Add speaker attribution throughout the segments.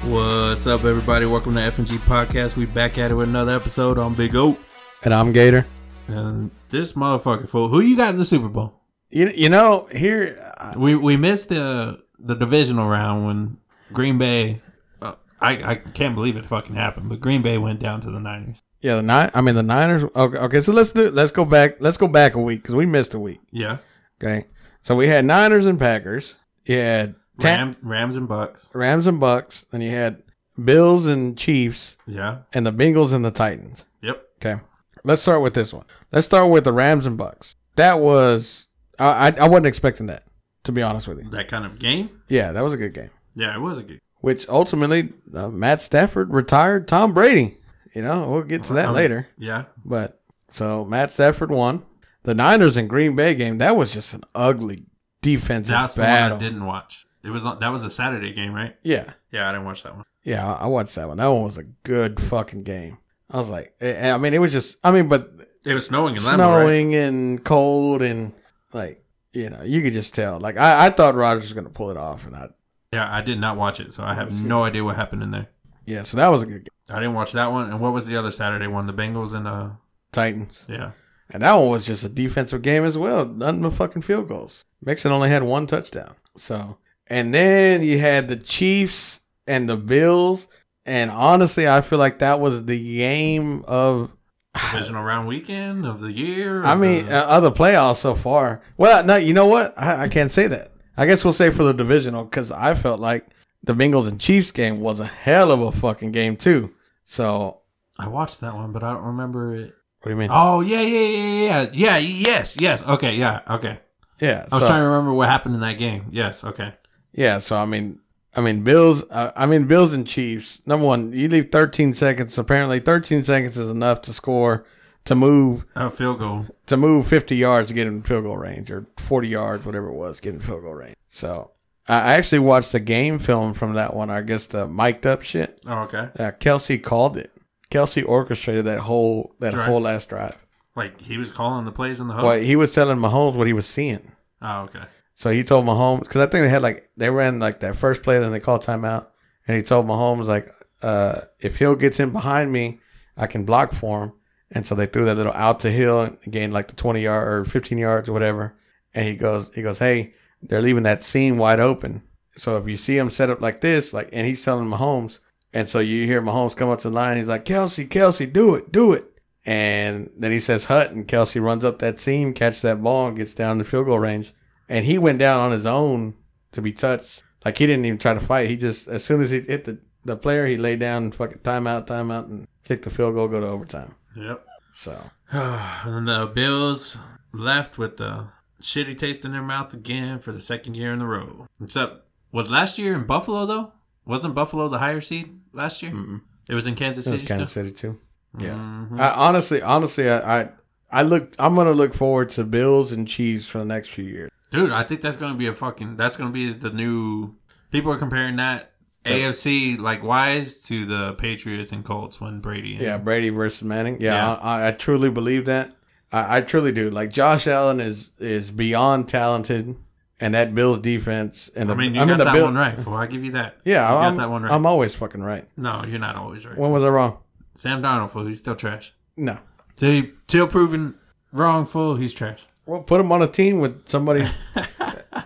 Speaker 1: What's up, everybody? Welcome to FNG Podcast. We back at it with another episode on Big O.
Speaker 2: And I'm Gator.
Speaker 1: And this motherfucker fool, who you got in the Super Bowl?
Speaker 2: You, you know, here, uh, I-
Speaker 1: We we missed the the divisional round when Green Bay. Uh, I I can't believe it fucking happened, but Green Bay went down to the Niners.
Speaker 2: yeah, the nine. I mean, the Niners. Okay, okay. So let's do. Let's go back. Let's go back a week because we missed a week.
Speaker 1: Yeah,
Speaker 2: Okay, so we had Niners and Packers. You had Tam-
Speaker 1: Rams, Rams and Bucks.
Speaker 2: Rams and Bucks. Then you had Bills and Chiefs,
Speaker 1: Yeah,
Speaker 2: and the Bengals and the Titans.
Speaker 1: yep.
Speaker 2: Okay, let's start with this one. Let's start with the Rams and Bucks. That was I. I, I wasn't expecting that. To be honest with you,
Speaker 1: That kind of game.
Speaker 2: yeah, that was a good game.
Speaker 1: Yeah, it was a good.
Speaker 2: Which ultimately, uh, Matt Stafford retired Tom Brady. You know, we'll get to that
Speaker 1: Um,
Speaker 2: later.
Speaker 1: Yeah,
Speaker 2: But so Matt Stafford won. The Niners and Green Bay game, that was just an ugly defensive
Speaker 1: that's the one I
Speaker 2: battle.
Speaker 1: didn't watch. It was on- that was a Saturday game, right?
Speaker 2: Yeah.
Speaker 1: Yeah, I didn't watch that one.
Speaker 2: Yeah, I I watched that one. That one was a good fucking game. I was like, eh, I mean, it was just, I mean, but
Speaker 1: It was snowing in Lambeau, right?
Speaker 2: snowing and cold and like, you know, you could just tell. Like, I, I thought Rodgers was going to pull it off, and I,
Speaker 1: Yeah, I did not watch it, so I have no idea what happened in there.
Speaker 2: yeah, so that was a good game.
Speaker 1: I didn't watch that one. And what was the other Saturday one? The Bengals and uh,
Speaker 2: Titans.
Speaker 1: yeah,
Speaker 2: And that one was just a defensive game as well. Nothing but fucking field goals. Mixon only had one touchdown. So, and then you had the Chiefs and the Bills. And honestly, I feel like that was the game of,
Speaker 1: divisional round weekend of the year.
Speaker 2: I
Speaker 1: of
Speaker 2: mean,
Speaker 1: the-
Speaker 2: uh, other playoffs so far. Well, no, you know what? I, I can't say that. I guess we'll say for the divisional because I felt like the Bengals and Chiefs game was a hell of a fucking game, too. So,
Speaker 1: I watched that one, but I don't remember it.
Speaker 2: what do you mean?
Speaker 1: Oh yeah, yeah, yeah, yeah, yeah, yes, yes. Okay, yeah, okay.
Speaker 2: yeah.
Speaker 1: I was
Speaker 2: so-
Speaker 1: trying to remember what happened in that game. Yes, okay.
Speaker 2: Yeah, so I mean, I mean Bills. Uh, I mean Bills and Chiefs. Number one, you leave 13 seconds. Apparently, 13 seconds is enough to score, to move,
Speaker 1: A field goal.
Speaker 2: to move 50 yards to get in field goal range, or 40 yards, whatever it was, get in field goal range. So I I actually watched the game film from that one. I guess the mic'd up shit.
Speaker 1: Oh, okay.
Speaker 2: Uh, Kelsey called it. Kelsey orchestrated that whole that
Speaker 1: Drive.
Speaker 2: whole last drive.
Speaker 1: Like he was calling the plays in the hub.
Speaker 2: Well, he was telling Mahomes what he was seeing.
Speaker 1: Oh, okay.
Speaker 2: So he told Mahomes because I think they had like they ran like that first play, then they called timeout, and he told Mahomes like, uh, if Hill gets in behind me, I can block for him. And so they threw that little out to Hill and gained like the twenty yard or fifteen yards or whatever. And he goes, he goes, hey, they're leaving that seam wide open. So if you see him set up like this, like, and he's telling Mahomes, and so you hear Mahomes come up to the line, he's like, Kelsey, Kelsey, do it, do it. And then he says Hut, and Kelsey runs up that seam, catches that ball, and gets down the field goal range. And he went down on his own to be touched. Like he didn't even try to fight. He just as soon as he hit the, the player, he laid down and fucking timeout, timeout, and kicked the field goal, go to overtime.
Speaker 1: Yep.
Speaker 2: So
Speaker 1: and the Bills left with the shitty taste in their mouth again for the second year in a row. Except was last year in Buffalo though? Wasn't Buffalo the higher seed last year?
Speaker 2: mm
Speaker 1: It was in Kansas
Speaker 2: it was
Speaker 1: City.
Speaker 2: Kansas
Speaker 1: still?
Speaker 2: City too. Yeah.
Speaker 1: Mhm.
Speaker 2: I, honestly, honestly, I, I I look. I'm gonna look forward to Bills and Chiefs for the next few years.
Speaker 1: Dude, I think that's gonna be a fucking. That's gonna be the new. People are comparing that
Speaker 2: So-
Speaker 1: AFC like wise to the Patriots and Colts when Brady. And,
Speaker 2: Yeah, Brady versus Manning. Yeah,
Speaker 1: Yeah.
Speaker 2: I, I truly believe that. I, I truly do. Like Josh Allen is is beyond talented, and that Bills defense and the
Speaker 1: I mean, you got
Speaker 2: the
Speaker 1: that
Speaker 2: Bill-
Speaker 1: one right. Fool, I give you that.
Speaker 2: Yeah,
Speaker 1: you
Speaker 2: I'm,
Speaker 1: got that one right.
Speaker 2: I'm always fucking right.
Speaker 1: no, you're not always right.
Speaker 2: When was I wrong?
Speaker 1: Sam Darnold, fool, he's still trash.
Speaker 2: No.
Speaker 1: Till he- till proven wrong, fool, he's trash.
Speaker 2: Well, put him on a team with somebody.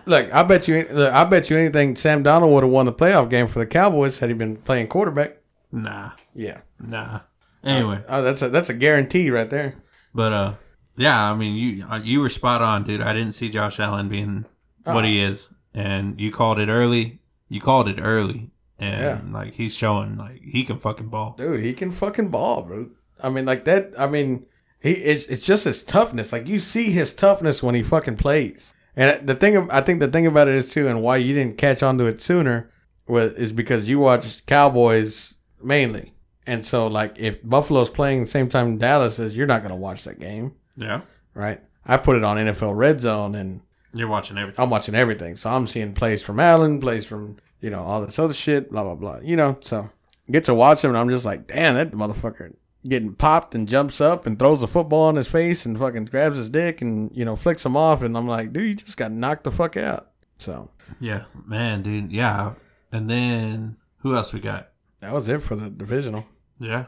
Speaker 2: look, I bet you. Look, I bet you anything. Sam Donald would have won the playoff game for the Cowboys had he been playing quarterback.
Speaker 1: Nah,
Speaker 2: Yeah,
Speaker 1: nah. Anyway,
Speaker 2: oh, that's a that's a guarantee right there.
Speaker 1: but uh, yeah, I mean, you uh, you were spot on, dude. I didn't see Josh Allen being what he is, and you called it early. You called it early, and like he's showing like he can fucking ball.
Speaker 2: dude he can fucking ball bro i mean like that i mean he it's, it's just his toughness like you see his toughness when he fucking plays and the thing of- i think the thing about it is too and why you didn't catch on to it sooner was is because you watched cowboys mainly and so like if buffalo's playing the same time dallas is you're not going to watch that game
Speaker 1: Yeah,
Speaker 2: right i put it on nfl red zone and
Speaker 1: you're watching everything.
Speaker 2: i'm watching everything so i'm seeing plays from allen plays from you know all this other shit blah blah blah you know so get to watch him, and I'm just like, damn, that motherfucker getting popped and jumps up and throws a football in his face and fucking grabs his dick and you know flicks him off, and I'm like, dude, you just got knocked the fuck out. So
Speaker 1: Yeah, man, dude. Yeah, and then who else we got?
Speaker 2: that was it for the divisional.
Speaker 1: Yeah.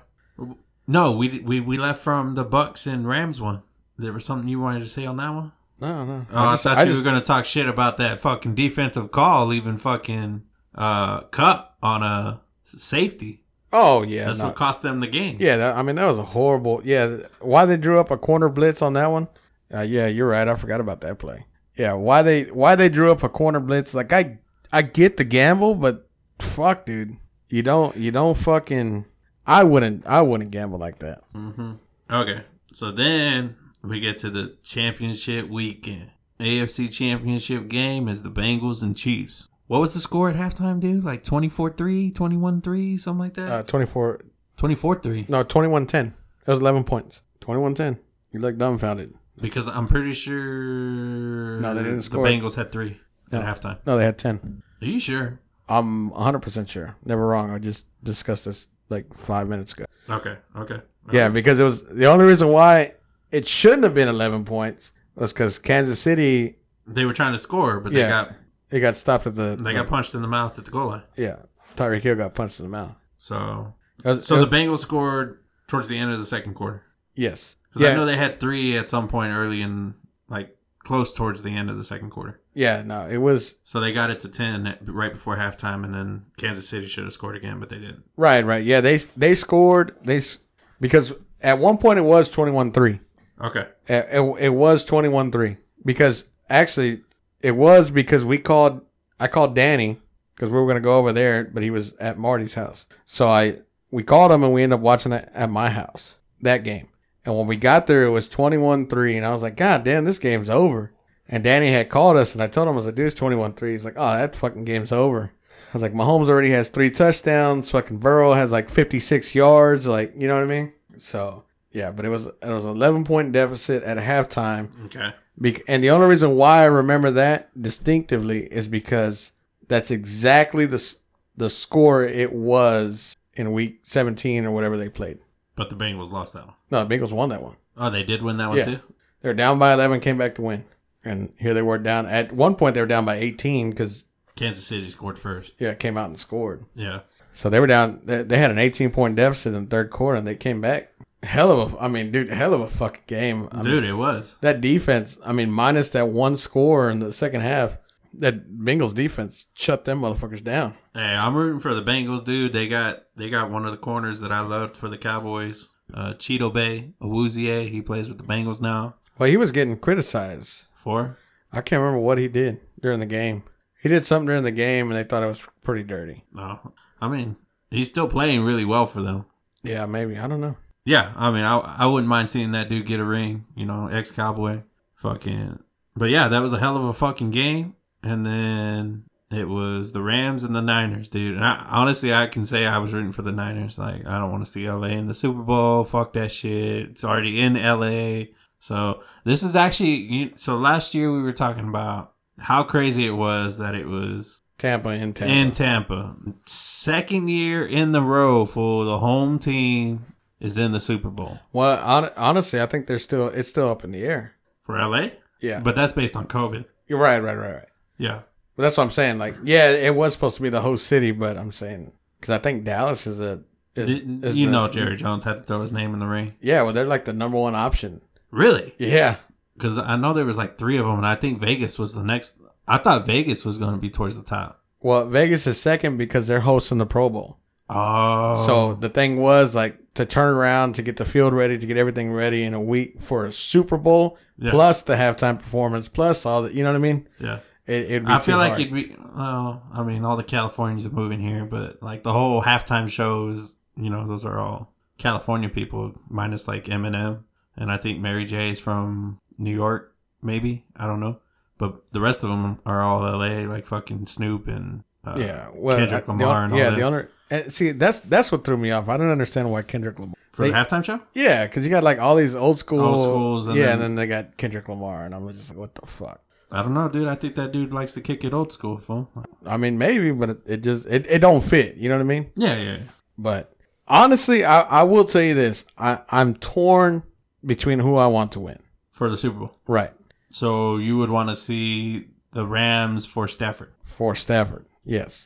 Speaker 1: No, we we we left from the Bucks and Rams one. There was something you wanted to say on that one?
Speaker 2: No, no.
Speaker 1: Oh, I, thought you were gonna talk shit about that fucking defensive call, leaving fucking uh, Cup on a safety.
Speaker 2: Oh yeah,
Speaker 1: That's
Speaker 2: no.
Speaker 1: what cost them the game.
Speaker 2: yeah. That, I mean, that was a horrible. Yeah, th- why they drew up a corner blitz on that one? Uh, yeah, you're right. I forgot about that play. Yeah, why they why they drew up a corner blitz? Like I I get the gamble, but fuck, dude, you don't you don't fucking. I wouldn't I wouldn't gamble like that.
Speaker 1: hmm Okay, so then we get to the championship weekend. AFC championship game is the Bengals and Chiefs. What was the score at halftime, dude? Like 24-3, 21-3, something like
Speaker 2: Uh,
Speaker 1: that?
Speaker 2: twenty four
Speaker 1: 24-3.
Speaker 2: no twenty one ten. That was eleven points. Twenty one ten. You look dumbfounded.
Speaker 1: Because I'm pretty sure
Speaker 2: No, they didn't
Speaker 1: the
Speaker 2: score.
Speaker 1: Bengals had three
Speaker 2: No.
Speaker 1: at halftime.
Speaker 2: No, they had ten.
Speaker 1: Are you sure?
Speaker 2: I'm 100% sure. Never wrong. I just discussed this like five minutes ago.
Speaker 1: Okay, okay.
Speaker 2: Yeah, because it was the only reason why it shouldn't have been 11 points was because Kansas City,
Speaker 1: They were trying to score, but they
Speaker 2: Yeah.
Speaker 1: got
Speaker 2: it got stopped at the.
Speaker 1: they got punched in the mouth at the goal line.
Speaker 2: Yeah. Tyreek Hill got punched in the mouth.
Speaker 1: So
Speaker 2: It was-
Speaker 1: so the
Speaker 2: it was-
Speaker 1: Bengals scored towards the end of the second quarter.
Speaker 2: yes.
Speaker 1: Because
Speaker 2: Yeah.
Speaker 1: I know they had three at some point early in, like, close towards the end of the second quarter.
Speaker 2: yeah, no, it was.
Speaker 1: So they got it to 10 at- right before halftime, and then Kansas City should have scored again, but they didn't.
Speaker 2: Right, right. Yeah, they they scored. They s- Because at one point it was 21 3.
Speaker 1: Okay.
Speaker 2: It, it, it was 21 3. Because actually, it was because we called, I called Danny because we were going to go over there, but he was at Marty's house. So I, we called him and we ended up watching that at my house, that game. And when we got there, it was 21 3. And I was like, God damn, this game's over. And Danny had called us and I told him, I was like, dude, it's 21 3. He's like, oh, that fucking game's over. I was like, Mahomes already has three touchdowns. Fucking Burrow has like 56 yards. Like, you know what I mean? So, yeah, but it was it was an 11 point deficit at halftime.
Speaker 1: Okay.
Speaker 2: Bec- and the only reason why I remember that distinctively is because that's exactly the s- the score it was in week 17 or whatever they played.
Speaker 1: But the Bengals lost that one.
Speaker 2: No, the Bengals won that one.
Speaker 1: Oh, they did win that one,
Speaker 2: Yeah.
Speaker 1: too?
Speaker 2: They were down by 11, came back to win. And here they were down. At one point, they were down by 18 because,
Speaker 1: Kansas City scored first.
Speaker 2: yeah, it came out and scored.
Speaker 1: Yeah.
Speaker 2: So they were down. They, they had an 18 point deficit in the third quarter and they came back. Hell of a, I mean, dude, hell of a fucking game. I mean,
Speaker 1: Dude, it was.
Speaker 2: that defense, I mean, minus that one score in the second half, that Bengals defense shut them motherfuckers down.
Speaker 1: Hey, I'm rooting for the Bengals, dude. They got they got one of the corners that I loved for the Cowboys. Uh, Cheeto Bay Awuzie. He plays with the Bengals now.
Speaker 2: Well, he was getting criticized.
Speaker 1: Four.
Speaker 2: I can't remember what he did during the game. He did something during the game and they thought it was pretty dirty.
Speaker 1: No, I mean he's still playing really well for them.
Speaker 2: Yeah, maybe. I don't know.
Speaker 1: Yeah, I mean I I wouldn't mind seeing that dude get a ring. You know, ex Cowboy. Fucking. But yeah, that was a hell of a fucking game. And then it was the Rams and the Niners, dude. And I, honestly, I can say I was rooting for the Niners. Like I don't want to see LA in the Super Bowl. Fuck that shit. It's already in LA. So this is actually you, so last year we were talking about how crazy it was that it was
Speaker 2: Tampa in Tampa.
Speaker 1: in Tampa. Second year in the row for the home team is in the Super Bowl
Speaker 2: well, hon- honestly, I think they're still, it's still up in the air.
Speaker 1: for LA,
Speaker 2: Yeah.
Speaker 1: but that's based on COVID.
Speaker 2: You're right, right, right, right.
Speaker 1: Yeah.
Speaker 2: But that's what I'm saying. Like, yeah, it was supposed to be the host city, but I'm saying, because I think Dallas is a. Is, is
Speaker 1: you
Speaker 2: the-
Speaker 1: know, Jerry Jones had to throw his name in the ring.
Speaker 2: Yeah, well, they're like the number one option.
Speaker 1: Really?
Speaker 2: Yeah.
Speaker 1: Because I know there was like three of them, and I think Vegas was the next. I thought Vegas was going to be towards the top.
Speaker 2: Well, Vegas is second because they're hosting the Pro Bowl.
Speaker 1: Oh,
Speaker 2: So the thing was like to turn around to get the field ready to get everything ready in a week for a Super Bowl
Speaker 1: Yeah.
Speaker 2: plus the halftime performance plus all that. You know what I mean?
Speaker 1: yeah.
Speaker 2: It, it'd be
Speaker 1: I feel like
Speaker 2: hard.
Speaker 1: it'd be. Well, I mean, all the Californians are moving here, but like the whole halftime shows, you know, those are all California people, minus like Eminem, and I think Mary J is from New York, maybe I don't know, but the rest of them are all L.A., like fucking Snoop and uh,
Speaker 2: yeah, well,
Speaker 1: Kendrick
Speaker 2: I- the
Speaker 1: Lamar
Speaker 2: on-
Speaker 1: and all
Speaker 2: yeah,
Speaker 1: that.
Speaker 2: the owner. And see, that's that's what threw me off. I don't understand why Kendrick Lamar.
Speaker 1: for
Speaker 2: they-
Speaker 1: the halftime show.
Speaker 2: Yeah, because you got like all these old school,
Speaker 1: Old schools and
Speaker 2: yeah,
Speaker 1: then-
Speaker 2: and then they got Kendrick Lamar, and I'm just like, what the fuck?
Speaker 1: I don't know, dude. I think that dude likes to kick it old school, fool.
Speaker 2: I mean, maybe, but it, it just it, it don't fit. You know what I mean?
Speaker 1: Yeah, yeah, yeah.
Speaker 2: But honestly, I, I will tell you this: I I'm torn between who I want to win.
Speaker 1: for the Super Bowl.
Speaker 2: Right.
Speaker 1: So you would want to see the Rams for Stafford.
Speaker 2: for Stafford. Yes.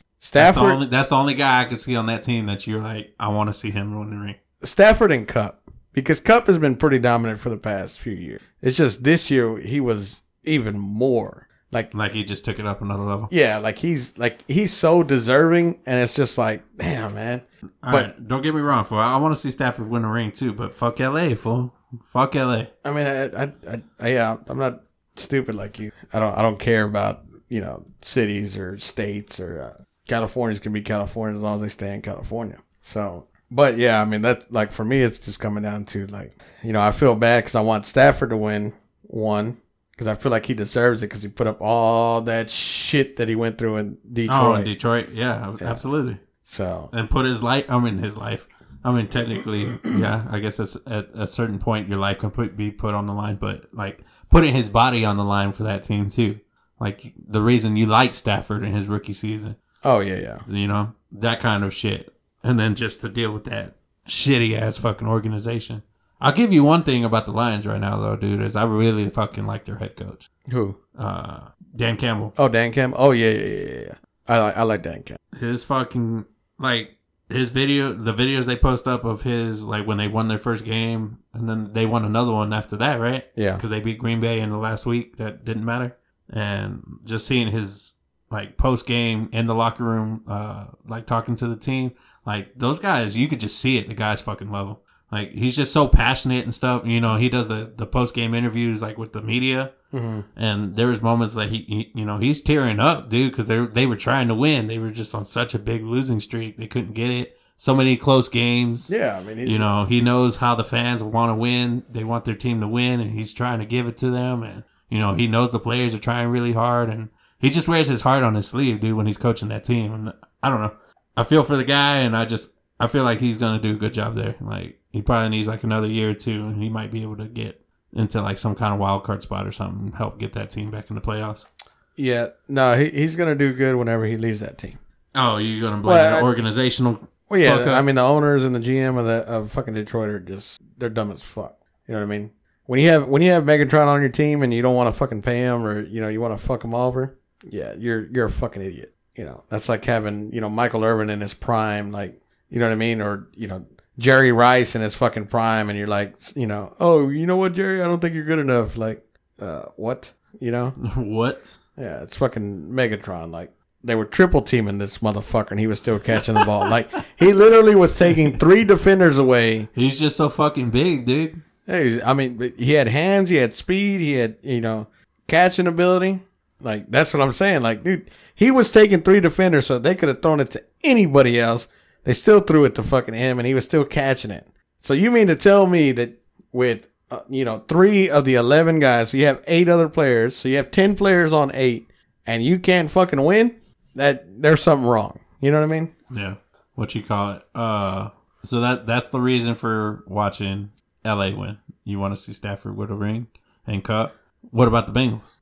Speaker 1: That's the,
Speaker 2: Stafford,
Speaker 1: only, that's the only guy I could see on that team that you're like, I want to see him run the ring.
Speaker 2: Stafford and Cup because Cup has been pretty dominant for the past few years. It's just this year he was even more like
Speaker 1: Like he just took it up another level.
Speaker 2: yeah, like he's like he's so deserving, and it's just like damn man.
Speaker 1: All
Speaker 2: But-
Speaker 1: right, don't get me wrong, fool. I, want to see Stafford win the ring too, but fuck LA, fool. Fuck LA.
Speaker 2: I mean, I, I, I, I yeah, I'm not stupid like you. I don't, I don't care about you know cities or states or uh, Californians can be California as long as they stay in California. So, but yeah, I mean that's like for me, it's just coming down to like you know I feel bad because I want Stafford to win one because I feel like he deserves it because he put up all that shit that he went through in Detroit.
Speaker 1: Oh, in Detroit, yeah, absolutely.
Speaker 2: so
Speaker 1: And put his life. I mean, his life. I mean, technically, yeah. I guess that's at a certain point your life can put, be put on the line, but like putting his body on the line for that team too. Like the reason you like Stafford in his rookie season,
Speaker 2: oh yeah, yeah,
Speaker 1: you know, that kind of shit, and then just to deal with that shitty ass fucking organization. I'll give you one thing about the Lions right now, though, dude, is I really fucking like their head coach.
Speaker 2: who?
Speaker 1: uh Dan Campbell.
Speaker 2: Oh, Dan Campbell. Oh yeah, yeah, yeah, yeah, yeah. I like, I like Dan Campbell.
Speaker 1: His fucking like his video the videos they post up of his like when they won their first game and then they won another one after that, right?
Speaker 2: Yeah.
Speaker 1: Because they beat Green Bay in the last week that didn't matter. And just seeing his like post game in the locker room, uh like talking to the team, like those guys, you could just see it. The guys fucking love him. Like he's just so passionate and stuff. You know, he does the the post game interviews like with the media.
Speaker 2: Mm-hmm.
Speaker 1: and there was moments that he, he you know he's tearing up dude because they, they were trying to win they were just on such a big losing streak they couldn't get it so many close games
Speaker 2: Yeah, I mean, he,
Speaker 1: you know he knows how the fans want to win they want their team to win and he's trying to give it to them and you know he knows the players are trying really hard and he just wears his heart on his sleeve dude when he's coaching that team and i don't know i feel for the guy and i just i feel like he's gonna do a good job there like he probably needs like another year or two and he might be able to get into like some kind of wild card spot or something and help get that team back in the playoffs
Speaker 2: Yeah, no, he, he's gonna do good whenever he leaves that team.
Speaker 1: oh you're gonna blame
Speaker 2: Well,
Speaker 1: the
Speaker 2: I-
Speaker 1: organizational
Speaker 2: Well, yeah,
Speaker 1: Fuck up.
Speaker 2: I mean the owners and the GM of the of fucking Detroit are just they're dumb as fuck. You know what I mean? When you have when you have Megatron on your team and you don't want to fucking pay him or you know you want to fuck him over, yeah, you're you're a fucking idiot. You know that's like having you know Michael Irvin in his prime, like you know what I mean, or you know Jerry Rice in his fucking prime, and you're like, you know, oh, you know what, Jerry, I don't think you're good enough. Like, uh, what? You know?
Speaker 1: what
Speaker 2: Yeah, it's fucking Megatron. Like they were triple teaming this motherfucker, and he was still catching the ball. Like he literally was taking three defenders away.
Speaker 1: he's just so fucking big dude
Speaker 2: Hey, I mean, but he had hands, he had speed, he had you know catching ability. Like that's what I'm saying. Like dude, he was taking three defenders, so they could have thrown it to anybody else. They still threw it to fucking him, and he was still catching it. So you mean to tell me that with uh, you know three of the eleven guys, so you have eight other players, so you have ten players on eight, and you can't fucking win? That there's something wrong. You know what I mean?
Speaker 1: Yeah. What you call it? Uh so that that's the reason for watching LA win. You want to see Stafford with a ring and cup. What about the Bengals?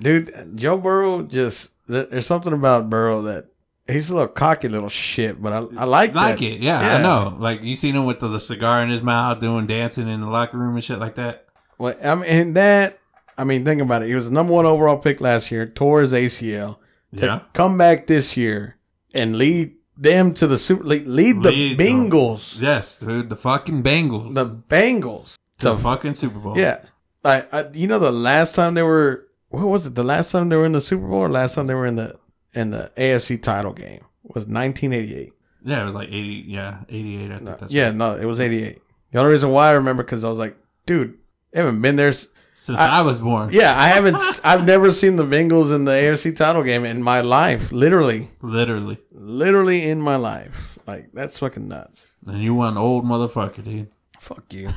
Speaker 2: Dude, Joe Burrow just there- there's something about Burrow that he's a little cocky little shit, but I, I like
Speaker 1: Like
Speaker 2: that.
Speaker 1: it, yeah, I
Speaker 2: Yeah.
Speaker 1: know. Like you seen him with the, the cigar in his mouth doing dancing in the locker room and shit like that.
Speaker 2: Well, I mean and that I mean think about it. He was the number one overall pick last year, tore his ACL. To
Speaker 1: Yeah.
Speaker 2: come back this year and lead them to the super lead, lead the
Speaker 1: Lead them.
Speaker 2: Bengals,
Speaker 1: Yes, dude, the fucking Bengals.
Speaker 2: the Bengals.
Speaker 1: to the
Speaker 2: So
Speaker 1: fucking Super Bowl.
Speaker 2: yeah, I, I you know the last time they were what was it? The last time they were in the Super Bowl, or last time they were in the in the AFC title game was 1988.
Speaker 1: Yeah, it was like 80, yeah, 88, I think
Speaker 2: No,
Speaker 1: that's
Speaker 2: yeah,
Speaker 1: right.
Speaker 2: no, it was 88. The only reason why I remember because I was like, dude, they haven't been there. s-
Speaker 1: Since I,
Speaker 2: I-
Speaker 1: was born.
Speaker 2: Yeah, I haven't. s- I've never seen the Bengals in the AFC title game in my life. Literally,
Speaker 1: Literally.
Speaker 2: literally in my life. Like that's fucking nuts.
Speaker 1: And you were an old motherfucker, dude.
Speaker 2: Fuck you.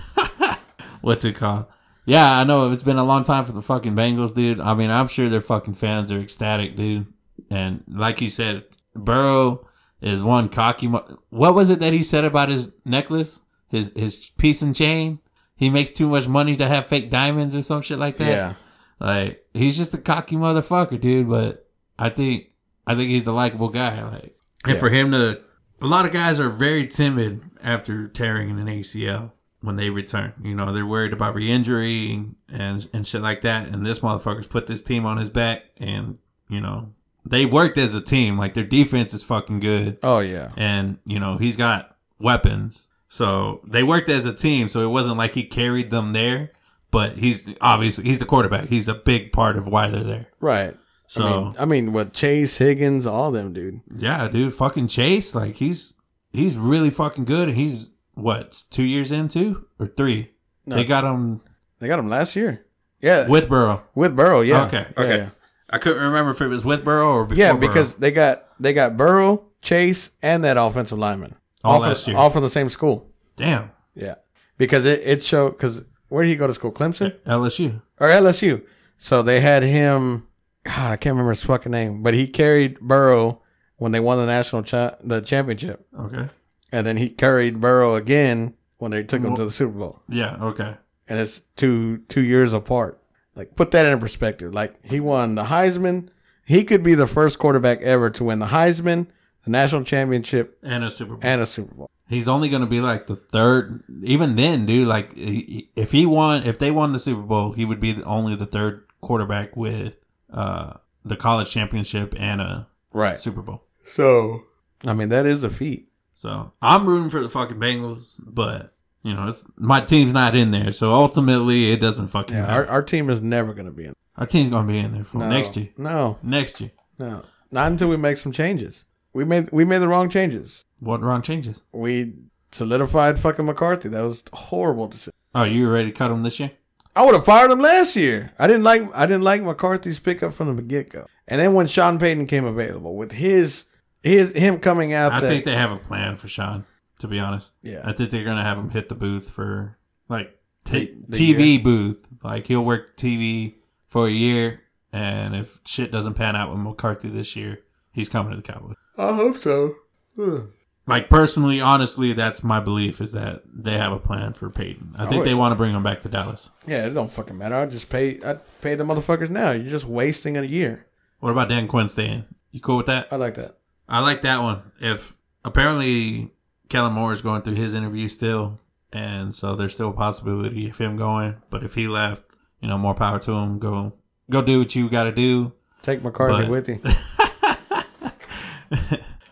Speaker 1: what's it called? Yeah, I know it's been a long time for the fucking Bengals, dude. I mean, I'm sure their fucking fans are ecstatic, dude. And like you said, Burrow is one cocky. Mo- what was it that he said about his necklace, his his piece and chain? He makes too much money to have fake diamonds or some shit like that.
Speaker 2: Yeah.
Speaker 1: Like he's just a cocky motherfucker, dude. But I think I think he's a likable guy. Like, and
Speaker 2: Yeah.
Speaker 1: for him to, a lot of guys are very timid after tearing an ACL when they return. You know, they're worried about re-injury and and shit like that. And this motherfucker's put this team on his back, and you know they've worked as a team. Like their defense is fucking good,
Speaker 2: Oh yeah.
Speaker 1: and you know he's got weapons. So they worked as a team. So it wasn't like he carried them there, but he's obviously he's the quarterback. He's a big part of why they're there.
Speaker 2: Right.
Speaker 1: So
Speaker 2: I mean, I mean, what Chase Higgins, all them, dude.
Speaker 1: yeah, dude, fucking Chase, like he's he's really fucking good, and he's what two years into or three?
Speaker 2: No.
Speaker 1: They got him
Speaker 2: They got him last year. Yeah, with,
Speaker 1: with Burrow.
Speaker 2: Burrow. Yeah.
Speaker 1: Okay,
Speaker 2: Yeah,
Speaker 1: okay.
Speaker 2: Yeah,
Speaker 1: I couldn't remember if it was with Burrow or before.
Speaker 2: Yeah,
Speaker 1: Burrow.
Speaker 2: because they got they got Burrow, Chase, and that offensive lineman.
Speaker 1: All
Speaker 2: from,
Speaker 1: last year.
Speaker 2: All from the same school.
Speaker 1: damn
Speaker 2: Yeah, because it it showed because where did he go to school? Clemson
Speaker 1: LSU.
Speaker 2: or LSU? So they had him. God, I can't remember his fucking name, but he carried Burrow when they won the national cha- the championship,
Speaker 1: Okay,
Speaker 2: and then he carried Burrow again when they took him to the Super Bowl.
Speaker 1: yeah, okay,
Speaker 2: and it's two two years apart. Like put that in perspective. Like he won the Heisman. He could be the first quarterback ever to win the Heisman, the national championship,
Speaker 1: and a Super Bowl.
Speaker 2: and a Super Bowl.
Speaker 1: He's only going to be like the third. Even then, dude, like he- he- if he won, if they won the Super Bowl, he would be the, only the third quarterback with uh the college championship and a
Speaker 2: Right.
Speaker 1: Super Bowl.
Speaker 2: So I mean that is a feat.
Speaker 1: So I'm rooting for the fucking Bengals, but you know, it's my team's not in there, so ultimately it doesn't fucking
Speaker 2: Yeah.
Speaker 1: matter.
Speaker 2: Our,
Speaker 1: Our,
Speaker 2: our team is never gonna be in
Speaker 1: team's gonna be in there for
Speaker 2: No.
Speaker 1: next year.
Speaker 2: No,
Speaker 1: Next year,
Speaker 2: no. Not until we make some changes. We made we made the wrong changes.
Speaker 1: what wrong changes?
Speaker 2: We solidified fucking McCarthy. That was a horrible decision.
Speaker 1: Oh, you ready to cut them this year?
Speaker 2: I would have fired him last year. I didn't like I didn't like McCarthy's pickup from the get go. And then when Sean Payton came available with his his him coming out,
Speaker 1: I
Speaker 2: that,
Speaker 1: think they have a plan for Sean. To be honest,
Speaker 2: yeah,
Speaker 1: I think they're gonna have him hit the booth for like t-
Speaker 2: The- the
Speaker 1: TV booth. Like he'll work TV for a year, and if shit doesn't pan out with McCarthy this year, he's coming to the Cowboys.
Speaker 2: I hope so. Ugh.
Speaker 1: like personally, honestly, that's my belief is that they have a plan for Peyton. I think
Speaker 2: Oh,
Speaker 1: they
Speaker 2: yeah.
Speaker 1: want to bring him back to Dallas.
Speaker 2: Yeah, it don't fucking matter. I just pay I pay the motherfuckers now. You're just wasting a year.
Speaker 1: What about Dan Quinn staying? You cool with that?
Speaker 2: I like that.
Speaker 1: I like that one. If apparently Kellen Moore is going through his interview still, and so there's still a possibility of him going. But if he left, you know, more power to him. Go, go do what you got to do.
Speaker 2: Take McCarthy
Speaker 1: But-
Speaker 2: with you.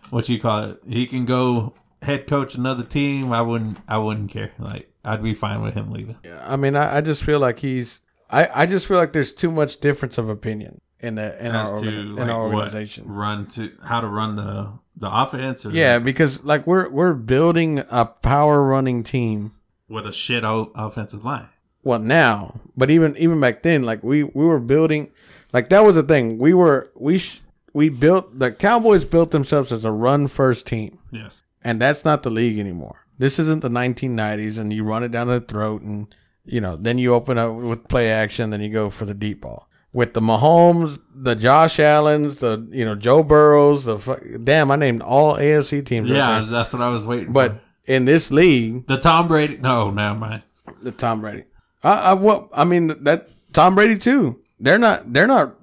Speaker 1: what you call it? He can go head coach another team. I wouldn't. I wouldn't care. Like I'd be fine with him leaving.
Speaker 2: Yeah, I mean, I, I just feel like he's. I, I just feel like there's too much difference of opinion in the in, our,
Speaker 1: as to
Speaker 2: orga- in
Speaker 1: like
Speaker 2: our
Speaker 1: what,
Speaker 2: organization.
Speaker 1: run to how to run the the offense or
Speaker 2: Yeah, because like we're we're building a power running team
Speaker 1: with a shit o- offensive line.
Speaker 2: well now but even even back then like we we were building like that was the thing we were we sh- we built the cowboys built themselves as a run first team
Speaker 1: Yes,
Speaker 2: and that's not the league anymore this isn't the 1990s and you run it down the throat and you know then you open up with play action then you go for the deep ball with the Mahomes, the Josh Allen's, the you know Joe Burrows, the fu- damn I named all AFC teams. right
Speaker 1: yeah,
Speaker 2: there.
Speaker 1: that's what I was waiting.
Speaker 2: but
Speaker 1: for.
Speaker 2: in this league,
Speaker 1: the Tom Brady, no, never mind.
Speaker 2: the Tom Brady. I, I what I mean that Tom Brady too. They're not they're not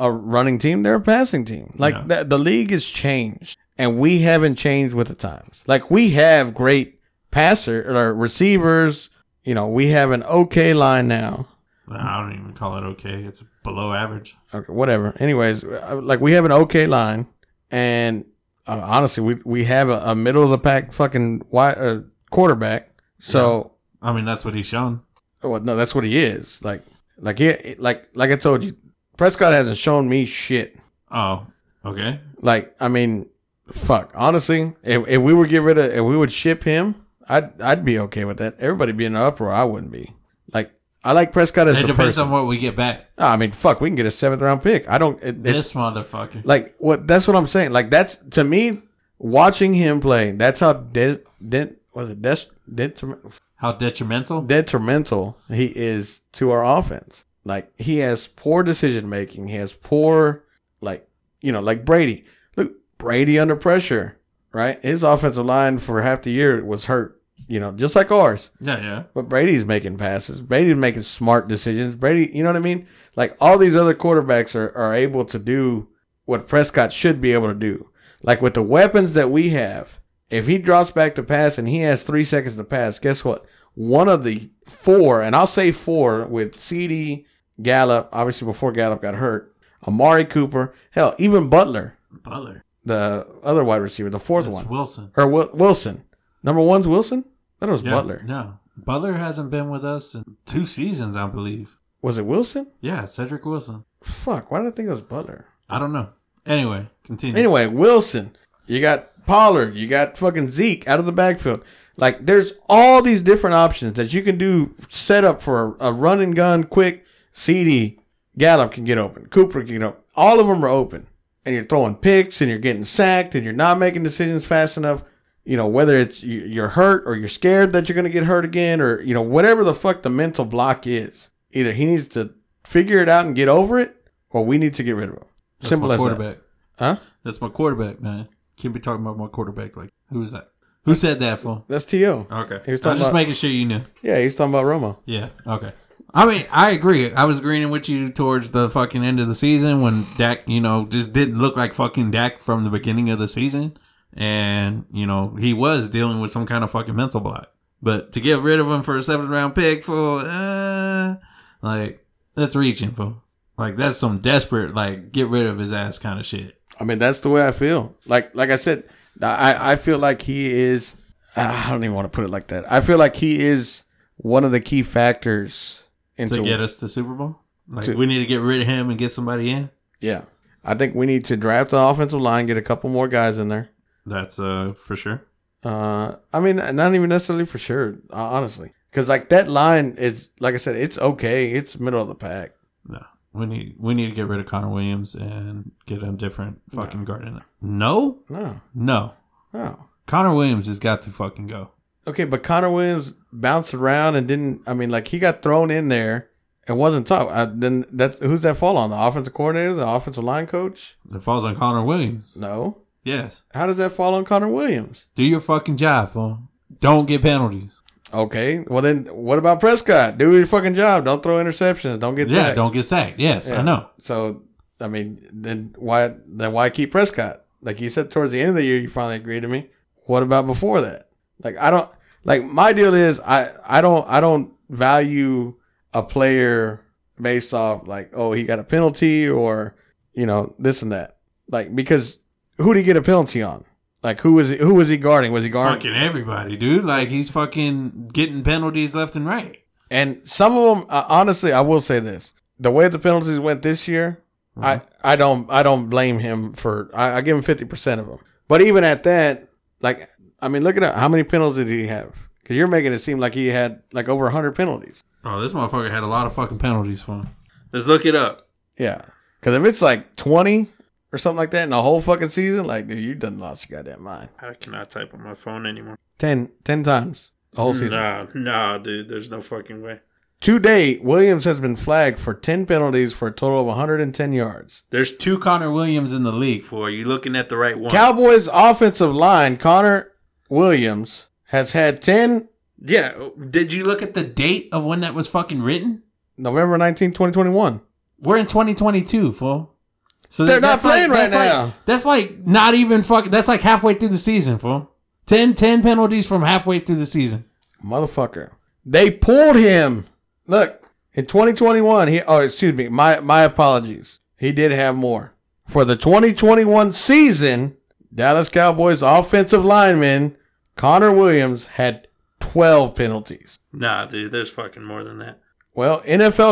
Speaker 2: a running team. They're a passing team. Like
Speaker 1: Yeah.
Speaker 2: the, the league has changed, and we haven't changed with the times. Like we have great passer or receivers. You know, we have an okay line now.
Speaker 1: I don't even call it okay. It's below average.
Speaker 2: Okay, whatever. Anyways, uh, like we have an okay line, and uh, honestly, we we have a, a middle of the pack fucking wide, uh, quarterback. So.
Speaker 1: I mean, that's what he's shown.
Speaker 2: Well, no, that's what he is. Like, like he, like, like I told you, Prescott hasn't shown me shit.
Speaker 1: Oh, okay.
Speaker 2: Like, I mean, fuck. Honestly, if, if we were get rid of, if we would ship him, I'd, I'd be okay with that. Everybody be in an uproar. I wouldn't be. Like, I like Prescott as
Speaker 1: it
Speaker 2: a
Speaker 1: depends
Speaker 2: person.
Speaker 1: on what we get back.
Speaker 2: No, I mean, fuck, we can get a seventh round pick. I don't. It, it's
Speaker 1: This motherfucker.
Speaker 2: like what. That's what I'm saying. Like that's to me, watching him play. That's how de- de- was it des- detriment-
Speaker 1: How detrimental?
Speaker 2: detrimental he is to our offense. Like he has poor decision making. He has poor, like you know, like Brady. Look, Brady under pressure, right? His offensive line for half the year was hurt. You know, just like ours.
Speaker 1: yeah, yeah.
Speaker 2: But Brady's making passes. Brady's making smart decisions. Brady, you know what I mean? Like all these other quarterbacks are, are able to do what Prescott should be able to do. Like with the weapons that we have, if he drops back to pass and he has three seconds to pass, guess what? One of the four, and I'll say four with CD Gallup, obviously before Gallup got hurt, Amari Cooper, hell, even Butler,
Speaker 1: Butler.
Speaker 2: the other wide receiver, the fourth
Speaker 1: That's
Speaker 2: one,
Speaker 1: Wilson.
Speaker 2: or Wil Wilson. Number one's Wilson. That was
Speaker 1: Yeah,
Speaker 2: Butler.
Speaker 1: No. Butler hasn't been with us in two seasons, I believe.
Speaker 2: Was it Wilson?
Speaker 1: Yeah, Cedric Wilson.
Speaker 2: Fuck. Why did I think it was Butler?
Speaker 1: I don't know. Anyway, continue.
Speaker 2: Anyway, Wilson. You got Pollard. You got fucking Zeke out of the backfield. Like, there's all these different options that you can do set up for a, a run and gun, quick. CD, Gallup can get open. Cooper can get open. All of them are open. And you're throwing picks and you're getting sacked and you're not making decisions fast enough. You know, whether it's you- you're hurt or you're scared that you're going to get hurt again or, you know, whatever the fuck the mental block is, either he needs to figure it out and get over it or we need to get rid of him.
Speaker 1: That's
Speaker 2: Simple
Speaker 1: my
Speaker 2: as that.
Speaker 1: quarterback.
Speaker 2: Huh?
Speaker 1: That's my quarterback, man. Can't be talking about my quarterback. Like, who was that? Who said that for?
Speaker 2: That's T.O.
Speaker 1: Okay.
Speaker 2: He was
Speaker 1: I'm
Speaker 2: talking
Speaker 1: just
Speaker 2: about-
Speaker 1: making sure you knew.
Speaker 2: Yeah, he's talking about Romo.
Speaker 1: Yeah. Okay. I mean, I agree. I was agreeing with you towards the fucking end of the season when Dak, you know, just didn't look like fucking Dak from the beginning of the season. And, you know, he was dealing with some kind of fucking mental block. But to get rid of him for a seventh round pick for, uh, like, that's reaching for. Like, that's some desperate, like, get rid of his ass kind of shit.
Speaker 2: I mean, that's the way I feel. Like, like I said, I, I feel like he is. I don't even want to put it like that. I feel like he is one of the key factors into.
Speaker 1: to get us to Super Bowl? Like
Speaker 2: To-
Speaker 1: we need to get rid of him and get somebody in.
Speaker 2: Yeah, I think we need to draft the offensive line, get a couple more guys in there.
Speaker 1: That's uh for sure.
Speaker 2: Uh, I mean, not even necessarily for sure, uh, honestly, because like that line is, like I said, it's okay. It's middle of the pack.
Speaker 1: No, we need we need to get rid of Connor Williams and get a different fucking guard in. there. No,
Speaker 2: No,
Speaker 1: no,
Speaker 2: no.
Speaker 1: Connor Williams has got to fucking go.
Speaker 2: Okay, but Connor Williams bounced around and didn't. I mean, like he got thrown in there and wasn't taught. Uh, then that's who's that fall on? The offensive coordinator, the offensive line coach?
Speaker 1: It falls on Connor Williams.
Speaker 2: No.
Speaker 1: Yes,
Speaker 2: How does that fall on Connor Williams?
Speaker 1: do your fucking job, fool. Don't get penalties.
Speaker 2: Okay, well then, what about Prescott? Do your fucking job. Don't throw interceptions. Don't get
Speaker 1: yeah,
Speaker 2: sacked.
Speaker 1: don't get sacked. Yes,
Speaker 2: Yeah.
Speaker 1: I know.
Speaker 2: So, I mean, then why then why keep Prescott? Like you said, towards the end of the year, you finally agreed to me. What about before that? Like I don't like my deal is I I don't I don't value a player based off like oh he got a penalty or you know this and that like because who did he get a penalty on? Like who was he, who was he guarding? Was he guarding?
Speaker 1: Fucking everybody, dude. Like he's fucking getting penalties left and right.
Speaker 2: And some of them, uh, honestly, I will say this: the way the penalties went this year, I I don't I don't blame him for. I, I give him fifty percent of them. But even at that, like I mean, look at how many penalties did he have? Because you're making it seem like he had like over hundred penalties.
Speaker 1: Oh, this motherfucker had a lot of fucking penalties for him. Let's look it up.
Speaker 2: Yeah. Because if it's like twenty or something like that in the whole fucking season, like dude, you done lost your goddamn mind.
Speaker 1: I cannot type on my phone anymore.
Speaker 2: 10, 10 times the whole season.
Speaker 1: Mm, Nah, nah, dude. There's no fucking way.
Speaker 2: To date, Williams has been flagged for ten penalties for a total of one hundred and ten yards.
Speaker 1: There's two Connor Williams in the league for you. Looking at the right one.
Speaker 2: Cowboys offensive line Connor Williams has had 10
Speaker 1: yeah. Did you look at the date of when that was fucking written?
Speaker 2: November 19, 2021.
Speaker 1: We're in 2022, fool. So
Speaker 2: They're
Speaker 1: that's
Speaker 2: not playing
Speaker 1: like, that's
Speaker 2: right
Speaker 1: like-
Speaker 2: now.
Speaker 1: that's like not even fucking. That's like halfway through the season, fool. 10, 10 penalties from halfway through the season.
Speaker 2: Motherfucker. They pulled him. Look, in 2021, he oh excuse me, my my apologies. He did have more. For the 2021 season, Dallas Cowboys offensive lineman Connor Williams had 12 penalties.
Speaker 1: Nah, dude. There's fucking more than that.
Speaker 2: Well,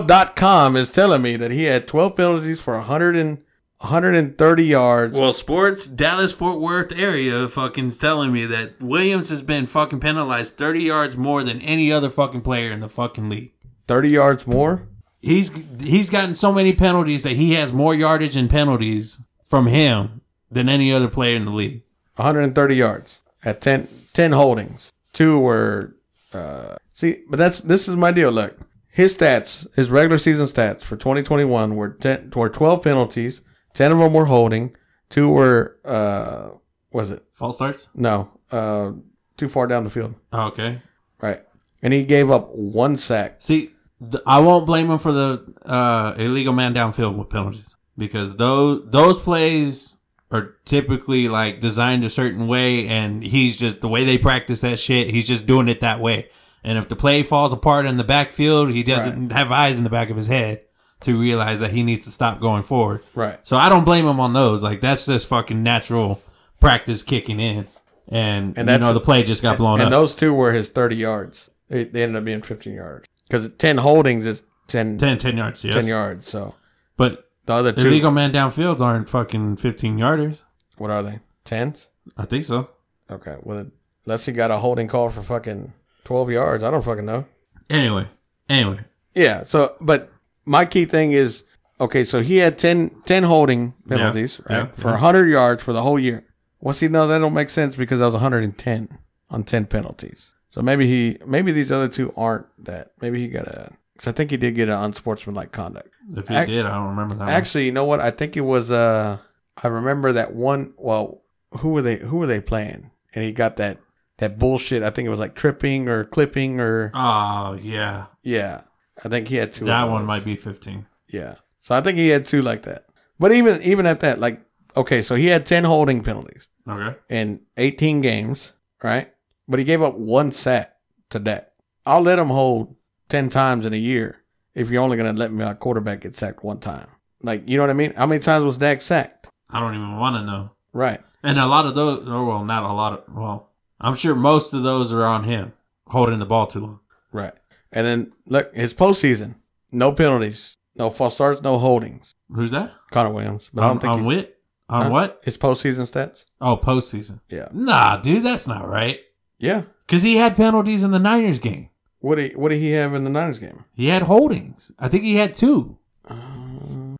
Speaker 2: NFL.com is telling me that he had 12 penalties for 100 and 130 yards.
Speaker 1: Well, sports Dallas Fort Worth area fucking is telling me that Williams has been fucking penalized 30 yards more than any other fucking player in the fucking league.
Speaker 2: 30 yards more.
Speaker 1: He's he's gotten so many penalties that he has more yardage and penalties from him than any other player in the league.
Speaker 2: 130 yards at 10, 10 holdings. Two were uh, see, but that's this is my deal. Look, his stats, his regular season stats for 2021 were 10 were 12 penalties. 10 of them were holding. Two were uh, was it
Speaker 1: False starts? Oh,
Speaker 2: no uh, too far down the field,
Speaker 1: Okay.
Speaker 2: right? And he gave up one sack.
Speaker 1: See, th- I won't blame him for the uh, illegal man downfield with penalties because those those plays are typically like designed a certain way, and he's just the way they practice that shit. He's just doing it that way. And if the play falls apart in the backfield, he doesn't have eyes in the back of his head. to realize that he needs to stop going forward.
Speaker 2: Right.
Speaker 1: So I don't blame him on those. Like that's just fucking natural practice kicking in, and,
Speaker 2: And
Speaker 1: you
Speaker 2: that's-
Speaker 1: know the play just got blown
Speaker 2: and
Speaker 1: up.
Speaker 2: those two were his 30 yards. They, they ended up being 15 yards because 10 holdings is 10,
Speaker 1: 10,
Speaker 2: 10,
Speaker 1: 10 yards, yes.
Speaker 2: yards. So
Speaker 1: But
Speaker 2: the other two,
Speaker 1: illegal man downfields aren't fucking fifteen yarders.
Speaker 2: what are they? Tens?
Speaker 1: I think so.
Speaker 2: Okay. Well, unless he got a holding call for fucking 12 yards, I don't fucking know.
Speaker 1: Anyway, anyway,
Speaker 2: Yeah. So, but my key thing is okay. So he had 10, 10 holding
Speaker 1: Yeah,
Speaker 2: penalties right,
Speaker 1: yeah,
Speaker 2: for a
Speaker 1: yeah.
Speaker 2: 100 yards for the whole year. Well, see, no, that don't make sense because that was 110 on 10 penalties. So maybe he, maybe these other two aren't that. Maybe he got a, because I think he did get an unsportsmanlike conduct.
Speaker 1: if he
Speaker 2: Ac-
Speaker 1: did, I don't remember that. one.
Speaker 2: Actually, you know what? I think it was, uh, I remember that one. Well, who were they, who were they playing? And he got that, that bullshit. I think it was like tripping or clipping or,
Speaker 1: Oh yeah,
Speaker 2: yeah. I think he had two. of
Speaker 1: that one
Speaker 2: those.
Speaker 1: might be fifteen.
Speaker 2: Yeah. So I think he had two like that. But even even at that, like okay, so he had ten holding penalties
Speaker 1: Okay.
Speaker 2: in eighteen games, right? But he gave up one sack to that. I'll let him hold ten times in a year if you're only gonna let my quarterback get sacked one time. Like you know what I mean? How many times was Dak sacked?
Speaker 1: I don't even want to know.
Speaker 2: Right.
Speaker 1: And a lot of those, oh, well, not a lot of, well, I'm sure most of those are on him holding the ball too long.
Speaker 2: Right. And then look, his postseason, no penalties, no false starts, no holdings.
Speaker 1: Who's that?
Speaker 2: Connor Williams. But I
Speaker 1: On,
Speaker 2: don't think
Speaker 1: on
Speaker 2: he-
Speaker 1: Wit? On
Speaker 2: Huh?
Speaker 1: what?
Speaker 2: his postseason stats.
Speaker 1: Oh, postseason.
Speaker 2: Yeah.
Speaker 1: Nah, dude, that's not right.
Speaker 2: Yeah.
Speaker 1: Because he had penalties in the Niners game.
Speaker 2: What did what did he have in the Niners game?
Speaker 1: He had holdings. I think he had two.
Speaker 2: Um,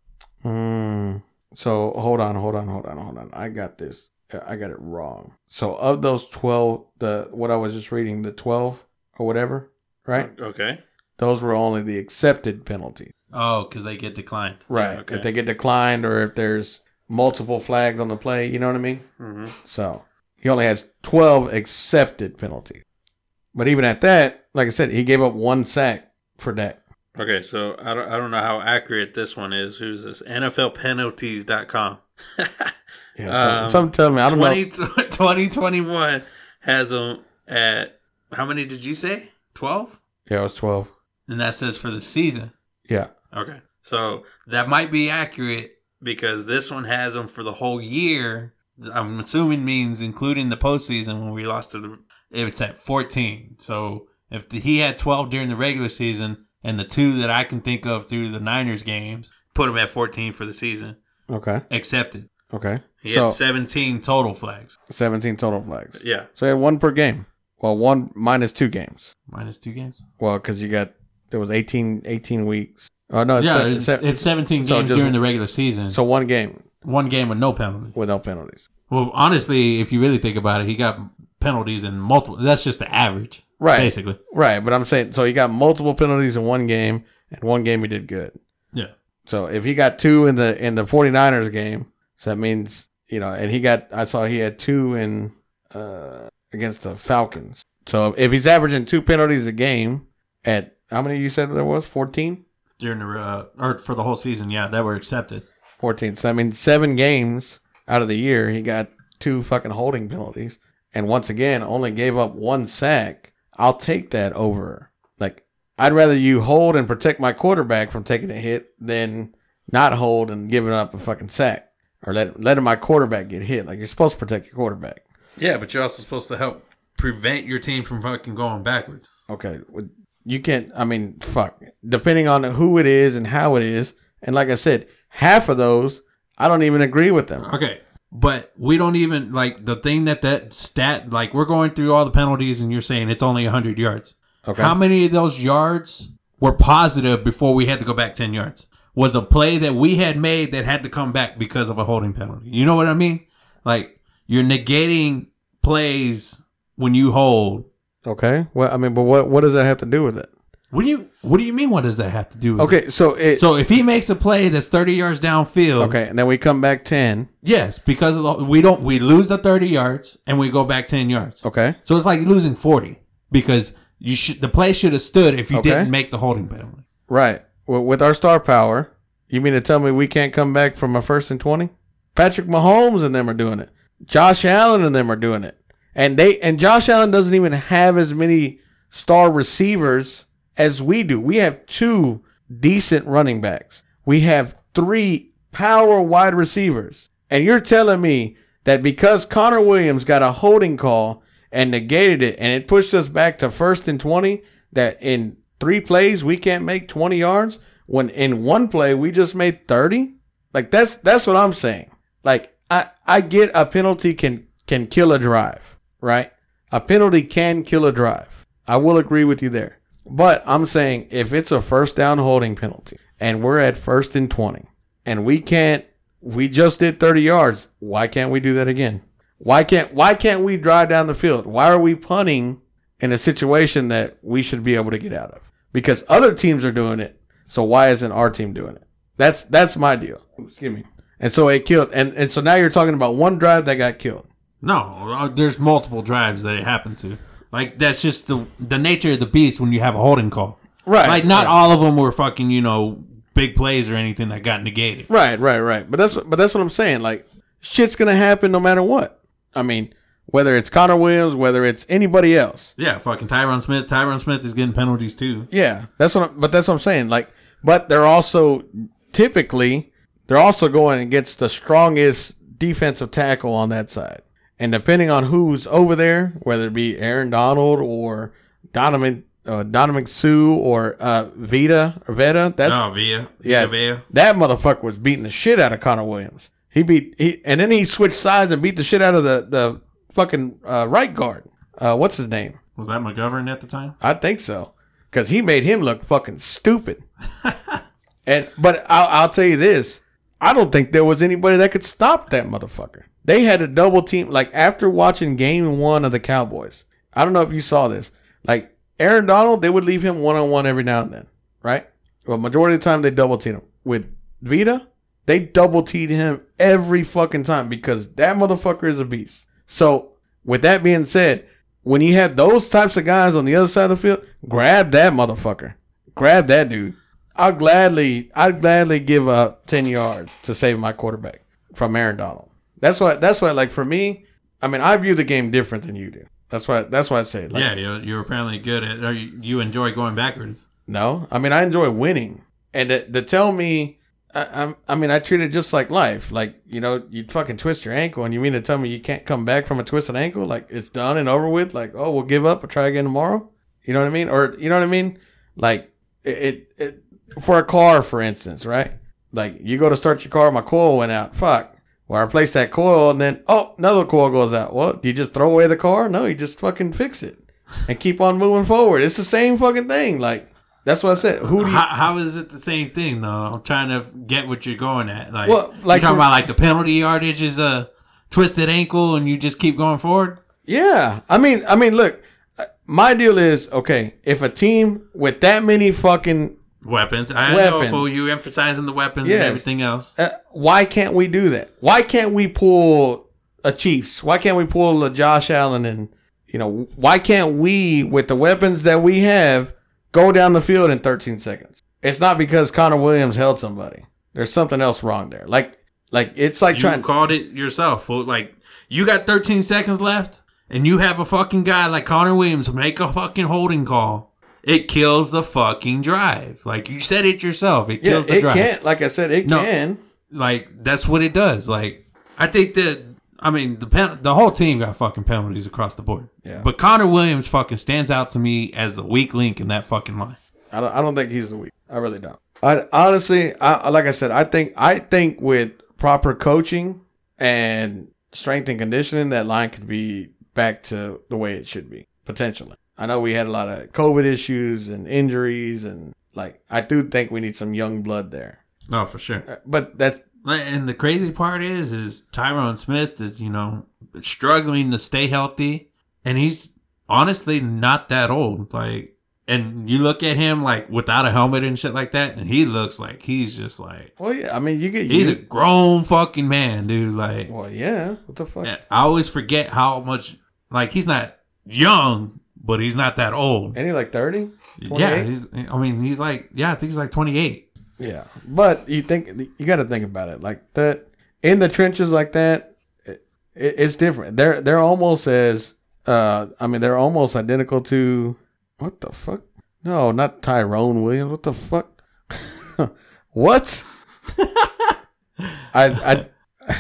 Speaker 2: mm. so hold on, hold on, hold on, hold on. I got this. I got it wrong. So of those twelve, the what I was just reading, the twelve or whatever, right?
Speaker 1: Okay.
Speaker 2: Those were only the accepted penalties,
Speaker 1: Oh, because they get declined.
Speaker 2: right? If they get declined or if there's multiple flags on the play, you know what I mean.
Speaker 1: mm-hmm.
Speaker 2: So he only has twelve accepted penalties. But even at that, like I said, he gave up one sack for that.
Speaker 1: Okay, so I don't, I don't know how accurate this one is. Who's this? NFLpenalties.com.
Speaker 2: Yeah, some,
Speaker 1: Um,
Speaker 2: some tell me I don't know.
Speaker 1: 20, 2021 has them at how many did you say? 12?
Speaker 2: Yeah, it was twelve.
Speaker 1: And that says for the season.
Speaker 2: Yeah.
Speaker 1: Okay. So that might be accurate because this one has them for the whole year. I'm assuming means including the postseason when we lost to the. It's at 14. So if the, he had 12 during the regular season and the two that I can think of through the Niners games, put him at 14 for the season.
Speaker 2: Okay.
Speaker 1: Accepted.
Speaker 2: Okay.
Speaker 1: He
Speaker 2: so
Speaker 1: had 17 total flags.
Speaker 2: 17 total flags.
Speaker 1: Yeah.
Speaker 2: So he had one per game. Well, one minus two games.
Speaker 1: Minus two games.
Speaker 2: Well, because you got, it was 18, 18 weeks. Oh, no. It's
Speaker 1: yeah,
Speaker 2: se-
Speaker 1: it's,
Speaker 2: se-
Speaker 1: it's 17
Speaker 2: so
Speaker 1: games
Speaker 2: just-
Speaker 1: during the regular season.
Speaker 2: so one game
Speaker 1: one game with no penalties.
Speaker 2: with no penalties.
Speaker 1: Well, honestly, if you really think about it, he got penalties in multiple. That's just the average,
Speaker 2: Right.
Speaker 1: Basically,
Speaker 2: Right. But I'm saying, so he got multiple penalties in one game, and one game he did good.
Speaker 1: yeah.
Speaker 2: So if he got two in the in the 49ers game, so that means, you know, and he got, I saw he had two in, uh, against the Falcons. So if he's averaging two penalties a game at, how many you said there was? 14?
Speaker 1: During the uh, or for the whole season, yeah, that were accepted.
Speaker 2: 14. So, I mean, seven games out of the year, he got two fucking holding penalties. And once again, only gave up one sack. I'll take that over. Like, I'd rather you hold and protect my quarterback from taking a hit than not hold and giving up a fucking sack or let, letting my quarterback get hit. Like, you're supposed to protect your quarterback.
Speaker 1: Yeah, but you're also supposed to help prevent your team from fucking going backwards.
Speaker 2: Okay. well, You can't, I mean, fuck. Depending on who it is and how it is. And like I said, half of those, I don't even agree with them.
Speaker 1: Okay, but we don't even like the thing that that stat like we're going through all the penalties, and you're saying it's only 100 yards.
Speaker 2: Okay.
Speaker 1: How many of those yards were positive before we had to go back 10 yards? Was a play that we had made that had to come back because of a holding penalty. You know what I mean? Like you're negating plays when you hold.
Speaker 2: Okay. Well, I mean, but what what does that have to do with it?
Speaker 1: What do you what do you mean what does that have to do with it?
Speaker 2: Okay, so it
Speaker 1: So if he makes a play that's 30 yards downfield,
Speaker 2: okay, and then we come back ten.
Speaker 1: yes, because of the, we don't we lose the 30 yards and we go back 10 yards.
Speaker 2: Okay,
Speaker 1: So it's like losing 40 because you should the play should have stood if you
Speaker 2: Okay.
Speaker 1: didn't make the holding penalty.
Speaker 2: right. Well, with our star power, you mean to tell me we can't come back from a first and twenty? Patrick Mahomes and them are doing it. Josh Allen and them are doing it, and they and Josh Allen doesn't even have as many star receivers as we do. We have two decent running backs. We have three power wide receivers. And you're telling me that because Connor Williams got a holding call and negated it and it pushed us back to first and 20, that in three plays we can't make 20 yards when in one play we just made 30? Like that's that's what I'm saying. Like I I get a penalty can can kill a drive, right? A penalty can kill a drive. I will agree with you there. But I'm saying if it's a first down holding penalty and we're at first and 20 and we can't we just did 30 yards, why can't we do that again? Why can't why can't we drive down the field? Why are we punting in a situation that we should be able to get out of? Because other teams are doing it. So why isn't our team doing it? That's that's my deal. Excuse me. And so it killed and and so now you're talking about one drive that got killed.
Speaker 1: No, uh, there's multiple drives that it happened to. Like that's just the the nature of the beast when you have a holding call.
Speaker 2: Right,
Speaker 1: Like not
Speaker 2: right.
Speaker 1: all of them were fucking you know big plays or anything that got negated.
Speaker 2: Right, right, right. But that's what- but that's what I'm saying. Like shit's gonna happen no matter what. I mean, whether it's Connor Williams, whether it's anybody else.
Speaker 1: Yeah, fucking Tyron Smith. Tyron Smith is getting penalties too.
Speaker 2: Yeah, that's what. I'm, but that's what I'm saying. Like, but they're also typically they're also going against the strongest defensive tackle on that side, and depending on who's over there, whether it be Aaron Donald or Donovan uh, Donovan Sue or uh, Vita or Veta, that's
Speaker 1: oh, Via.
Speaker 2: yeah,
Speaker 1: Via.
Speaker 2: that motherfucker was beating the shit out of Connor Williams. He beat he, and then he switched sides and beat the shit out of the the fucking uh, right guard. Uh, what's his name?
Speaker 1: Was that McGovern at the time?
Speaker 2: I think so, because he made him look fucking stupid. and but I'll, I'll tell you this: I don't think there was anybody that could stop that motherfucker. They had a double team. Like after watching Game One of the Cowboys, I don't know if you saw this. Like Aaron Donald, they would leave him one on one every now and then, right? Well, majority of the time they double team him with Vita. They double teed him every fucking time because that motherfucker is a beast. So with that being said, when you have those types of guys on the other side of the field, grab that motherfucker. Grab that dude. I'll gladly I'd gladly give up ten yards to save my quarterback from Aaron Donald. That's why that's why like for me, I mean I view the game different than you do. That's why that's why I say like
Speaker 1: yeah, you're, you're apparently good at. Or you, you enjoy going backwards.
Speaker 2: no, I mean I enjoy winning, and to, to tell me, I, I'm, I mean I treat it just like life. Like you know, you fucking twist your ankle, and you mean to tell me you can't come back from a twisted ankle? Like it's done and over with. Like oh, we'll give up or try again tomorrow. You know what I mean? Or you know what I mean? Like it, it, it for a car, for instance, right? Like you go to start your car, my coil went out. Fuck. Well, I replaced that coil, and then oh, another coil goes out. What? Do you just throw away the car? No, you just fucking fix it and keep on moving forward. It's the same fucking thing. Like that's what I said. Who do you?
Speaker 1: How, how is it the same thing though? I'm trying to get what you're going at. Like, like
Speaker 2: Well, like
Speaker 1: you're talking
Speaker 2: for-
Speaker 1: about like the penalty yardage is a twisted ankle, and you just keep going forward.
Speaker 2: Yeah, I mean, I mean, look, uh, my deal is okay. If a team with that many fucking,
Speaker 1: Weapons. I know
Speaker 2: Weapons.
Speaker 1: fool you emphasizing the weapons and
Speaker 2: Yes.
Speaker 1: everything else.
Speaker 2: uh, why can't we do that? Why can't we pull a Chiefs? Why can't we pull a Josh Allen? And you know, why can't we with the weapons that we have go down the field in 13 seconds? It's not because Connor Williams held somebody. There's something else wrong there. Like, like it's like
Speaker 1: You
Speaker 2: trying.
Speaker 1: called it yourself. fool. Like you got 13 seconds left, and you have a fucking guy like Connor Williams make a fucking holding call. It kills the fucking drive. Like you said it yourself. It
Speaker 2: Yeah,
Speaker 1: kills the
Speaker 2: it
Speaker 1: drive.
Speaker 2: can't. Like I said, it
Speaker 1: No.
Speaker 2: can.
Speaker 1: Like that's what it does. Like I think that I mean the pen, the whole team got fucking penalties across the board.
Speaker 2: Yeah.
Speaker 1: But Connor Williams fucking stands out to me as the weak link in that fucking line.
Speaker 2: I don't, I don't think he's the weak. I really don't. I honestly, I like I said, I think I think with proper coaching and strength and conditioning, that line could be back to the way it should be potentially. I know we had a lot of COVID issues and injuries, and like I do think we need some young blood there. Uh,
Speaker 1: Oh, for sure.
Speaker 2: But that's
Speaker 1: And the crazy part is, is Tyrone Smith is you know struggling to stay healthy, and he's honestly not that old. Like, and you look at him like without a helmet and shit like that, and he looks like he's just like
Speaker 2: well, yeah. I mean, you get
Speaker 1: he's a
Speaker 2: used.
Speaker 1: grown fucking man, dude. Like,
Speaker 2: Well, yeah. What the fuck?
Speaker 1: I always forget how much like he's not young, but he's not that old.
Speaker 2: Any like thirty?
Speaker 1: Yeah, he's, I mean he's like yeah, I think he's like twenty eight.
Speaker 2: Yeah, but you think you got to think about it like that in the trenches like that. It, it, it's different. They're they're almost as uh, I mean they're almost identical to what the fuck? No, not Tyrone Williams. What the fuck? what? I I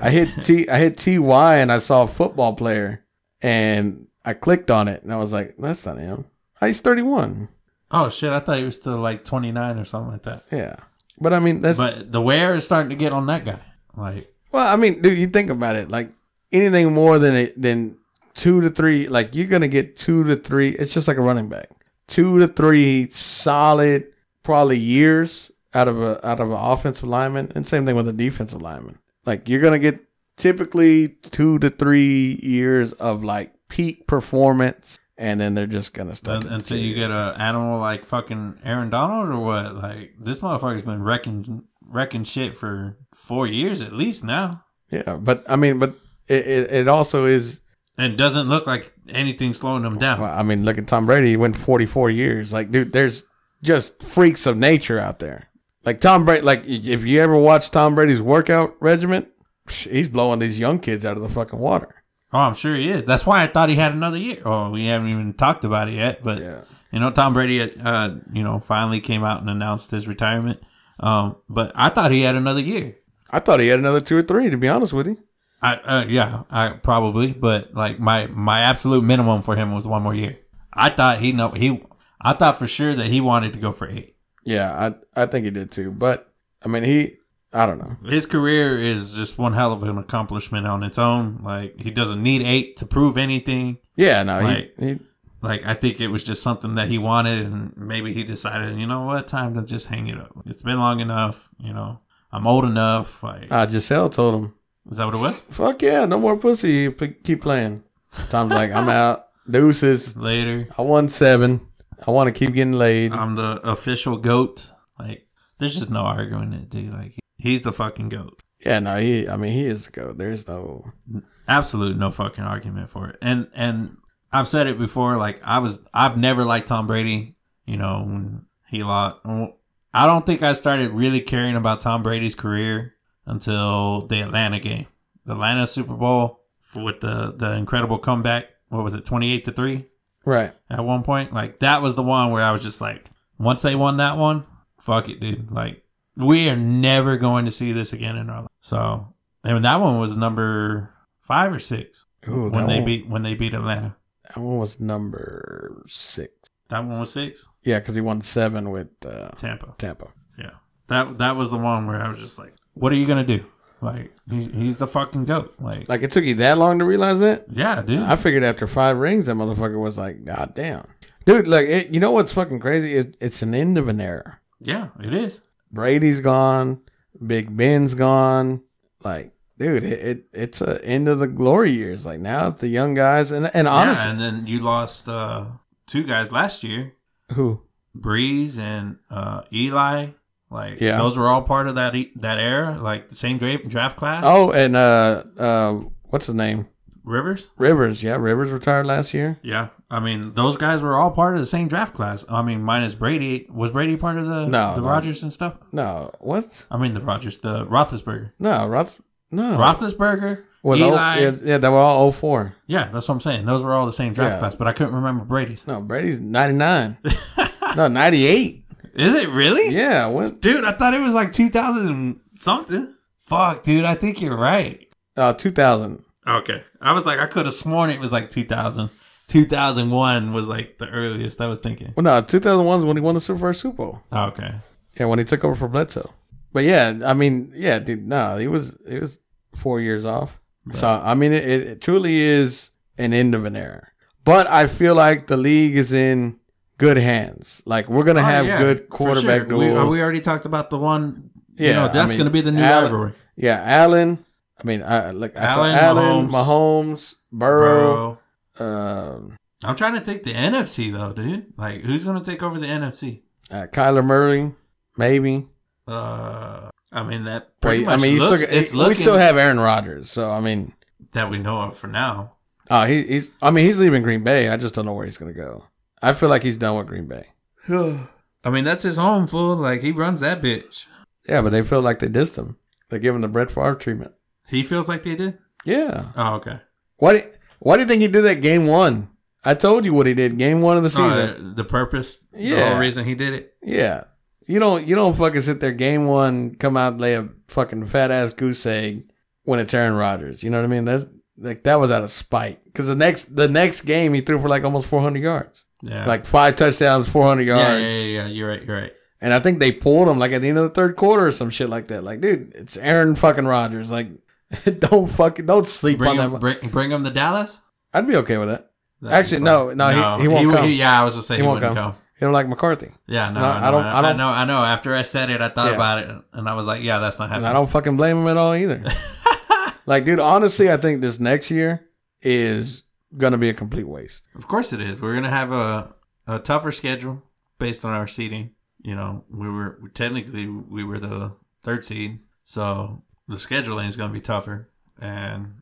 Speaker 2: I hit T I hit T Y and I saw a football player and I clicked on it and I was like, that's not him. Ah, He's thirty one.
Speaker 1: Oh shit! I thought he was still like twenty nine or something like that.
Speaker 2: Yeah. But I mean that's
Speaker 1: But the wear is starting to get on that guy. Like
Speaker 2: well, I mean, dude, you think about it, like anything more than a, than two to three, like you're gonna get two to three. It's just like a running back, two to three solid, probably years out of a out of an offensive lineman, and same thing with a defensive lineman. Like you're gonna get typically two to three years of like peak performance, and then they're just gonna start
Speaker 1: un- until you get a animal like fucking Aaron Donald or what? Like this motherfucker's been wrecking wrecking shit for four years at least now,
Speaker 2: yeah. But I mean, but it it, it also is
Speaker 1: and doesn't look like anything slowing him down.
Speaker 2: Well, I mean, look at Tom Brady. He went 44 years. Like, dude, there's just freaks of nature out there. Like Tom Brady. Like, if you ever watch Tom Brady's workout regimen, psh, he's blowing these young kids out of the fucking water.
Speaker 1: Oh, I'm sure he is. That's why I thought he had another year. Oh, we haven't even talked about it yet, but
Speaker 2: Yeah.
Speaker 1: you know, Tom Brady, uh, you know, finally came out and announced his retirement. Um, but I thought he had another year.
Speaker 2: I thought he had another two or three. To be honest with you,
Speaker 1: I uh, yeah, I probably, but like my my absolute minimum for him was one more year. I thought he know he. I thought for sure that he wanted to go for eight.
Speaker 2: yeah, I I think he did too. But I mean, he. I don't know.
Speaker 1: His career is just one hell of an accomplishment on its own. Like he doesn't need eight to prove anything.
Speaker 2: Yeah, no,
Speaker 1: Right.
Speaker 2: he, he
Speaker 1: Like I think it was just something that he wanted, and maybe he decided, you know what, time to just hang it up. It's been long enough. You know, I'm old enough. Like
Speaker 2: uh, Giselle told him,
Speaker 1: is that what it was?
Speaker 2: "Fuck yeah, no more pussy. You p- Keep playing." Tom's like, "I'm out. Deuces.
Speaker 1: Later,
Speaker 2: I won seven. I want to keep getting laid."
Speaker 1: I'm the official goat. Like there's just no arguing it, dude. Like he's the fucking goat.
Speaker 2: Yeah, no, he. I mean, he is the goat. There's no.
Speaker 1: absolute no fucking argument for it. And and I've said it before, like I was I've never liked Tom Brady. You know when he lost. I don't think I started really caring about Tom Brady's career until the Atlanta game, the Atlanta Super Bowl with the the incredible comeback. What was it, twenty eight to three
Speaker 2: Right.
Speaker 1: at one point? Like that was the one where I was just like, once they won that one, fuck it, dude. Like we are never going to see this again in our life. So and that one was number five or six
Speaker 2: Ooh,
Speaker 1: when they
Speaker 2: Oh, one,
Speaker 1: beat when they beat Atlanta.
Speaker 2: that one was number six.
Speaker 1: That one was six.
Speaker 2: Yeah, because he won seven with uh,
Speaker 1: Tampa.
Speaker 2: Tampa.
Speaker 1: Yeah. That that was the one where I was just like, "What are you gonna do? Like he's, he's the fucking goat. Like,
Speaker 2: Like it took you that long to realize that.
Speaker 1: yeah, dude.
Speaker 2: I figured after five rings, that motherfucker was like, God damn, dude. Like, it, you know what's fucking crazy is it's an end of an era.
Speaker 1: yeah, it is.
Speaker 2: Brady's gone. Big Ben's gone. Like, dude, it, it it's a end of the glory years. Like now it's the young guys, and and honestly,
Speaker 1: yeah, and then you lost uh, two guys last year,
Speaker 2: who
Speaker 1: Breeze and uh, Eli. Like
Speaker 2: Yeah.
Speaker 1: those were all part of that e- that era. Like the same draft draft class.
Speaker 2: Oh, and uh, uh, what's his name?
Speaker 1: Rivers.
Speaker 2: Rivers. Yeah, Rivers retired last year.
Speaker 1: Yeah, I mean those guys were all part of the same draft class. I mean, minus Brady. Was Brady part of the
Speaker 2: No,
Speaker 1: the
Speaker 2: no.
Speaker 1: Rogers and stuff?
Speaker 2: No, what?
Speaker 1: I mean the Rogers, the Roethlisberger.
Speaker 2: No, Roth. No,
Speaker 1: Roethlisberger,
Speaker 2: Oh. was oh-
Speaker 1: Eli.
Speaker 2: yeah, yeah, they were all 04.
Speaker 1: yeah, that's what I'm saying. Those were all the same draft
Speaker 2: Yeah.
Speaker 1: class, but I couldn't remember Brady's.
Speaker 2: No, Brady's ninety nine. no, ninety eight.
Speaker 1: Is it really?
Speaker 2: Yeah, what?
Speaker 1: Dude, I thought it was like 2000 and something. Fuck, dude, I think you're right.
Speaker 2: Uh, two thousand.
Speaker 1: Okay. I was like, I could have sworn it was like 2000. 2001 was like the earliest I was thinking.
Speaker 2: Well, no, two thousand one is when he won the Super first Super Bowl.
Speaker 1: Okay.
Speaker 2: Yeah, when he took over for Bledsoe. But yeah, I mean, yeah, dude. No, he was he was four years off. So I mean, it, it truly is an end of an era. But I feel like the league is in good hands. Like we're gonna have
Speaker 1: Oh, yeah,
Speaker 2: good
Speaker 1: for
Speaker 2: quarterback
Speaker 1: sure.
Speaker 2: duels.
Speaker 1: We, we already talked about the one. Yeah.
Speaker 2: Yeah, I
Speaker 1: that's
Speaker 2: mean,
Speaker 1: going to be the new
Speaker 2: Allen-
Speaker 1: rivalry.
Speaker 2: Yeah, Allen. I mean, I like Allen,
Speaker 1: Allen,
Speaker 2: Allen Mahomes, Burrow.
Speaker 1: Bro.
Speaker 2: um,
Speaker 1: I'm trying to think the NFC, though, dude. Like, who's going to take over the NFC?
Speaker 2: uh, Kyler Murray, maybe.
Speaker 1: Uh, I mean that
Speaker 2: Well,
Speaker 1: pretty
Speaker 2: I
Speaker 1: much
Speaker 2: mean, you
Speaker 1: looks,
Speaker 2: still,
Speaker 1: it's
Speaker 2: we
Speaker 1: looking
Speaker 2: still have Aaron Rodgers. So I mean,
Speaker 1: that we know of for now.
Speaker 2: uh, he, he's. I mean, he's leaving Green Bay. I just don't know where he's gonna go. I feel like he's done with Green Bay.
Speaker 1: I mean, that's his home, fool. Like he runs that bitch.
Speaker 2: Yeah, but they feel like they dissed him. They give him the Brett Favre treatment.
Speaker 1: He feels like they did.
Speaker 2: Yeah.
Speaker 1: Oh, okay.
Speaker 2: Why? Do, why do you think he did that game one? I told you what he did game one of the
Speaker 1: Oh,
Speaker 2: season.
Speaker 1: the- the purpose, the
Speaker 2: Yeah.
Speaker 1: whole reason he did it.
Speaker 2: yeah. You don't you don't fucking sit there game one, come out lay a fucking fat ass goose egg when it's Aaron Rodgers. You know what I mean? That's like that was out of spite because the next the next game he threw for like almost 400 yards,
Speaker 1: Yeah.
Speaker 2: like five touchdowns, 400 yards,
Speaker 1: yeah, yeah, yeah, yeah. You're right. You're right.
Speaker 2: and I think they pulled him like at the end of the third quarter or some shit like that. Like, dude, it's Aaron fucking Rodgers. Like, don't fucking don't sleep
Speaker 1: Bring
Speaker 2: on
Speaker 1: him,
Speaker 2: that.
Speaker 1: bring, bring him to Dallas.
Speaker 2: I'd be okay with that.
Speaker 1: That'd be
Speaker 2: Actually,
Speaker 1: fun.
Speaker 2: no, no, he- he won't come.
Speaker 1: yeah, I was gonna say
Speaker 2: He
Speaker 1: he,
Speaker 2: won't
Speaker 1: wouldn't
Speaker 2: come.
Speaker 1: come.
Speaker 2: You know, like McCarthy,
Speaker 1: Yeah, no,
Speaker 2: No,
Speaker 1: I,
Speaker 2: I don't-
Speaker 1: don't,
Speaker 2: I
Speaker 1: I
Speaker 2: don't-
Speaker 1: know, I know. After I said it, I thought
Speaker 2: Yeah.
Speaker 1: about it, and I was like, yeah, that's not
Speaker 2: and
Speaker 1: happening.
Speaker 2: I don't fucking blame him at all either. like, dude, honestly, I think this next year is gonna be a complete waste.
Speaker 1: Of course it is. We're gonna have a a tougher schedule based on our seeding. You know, we were technically we were the third seed, so the scheduling is gonna be tougher. And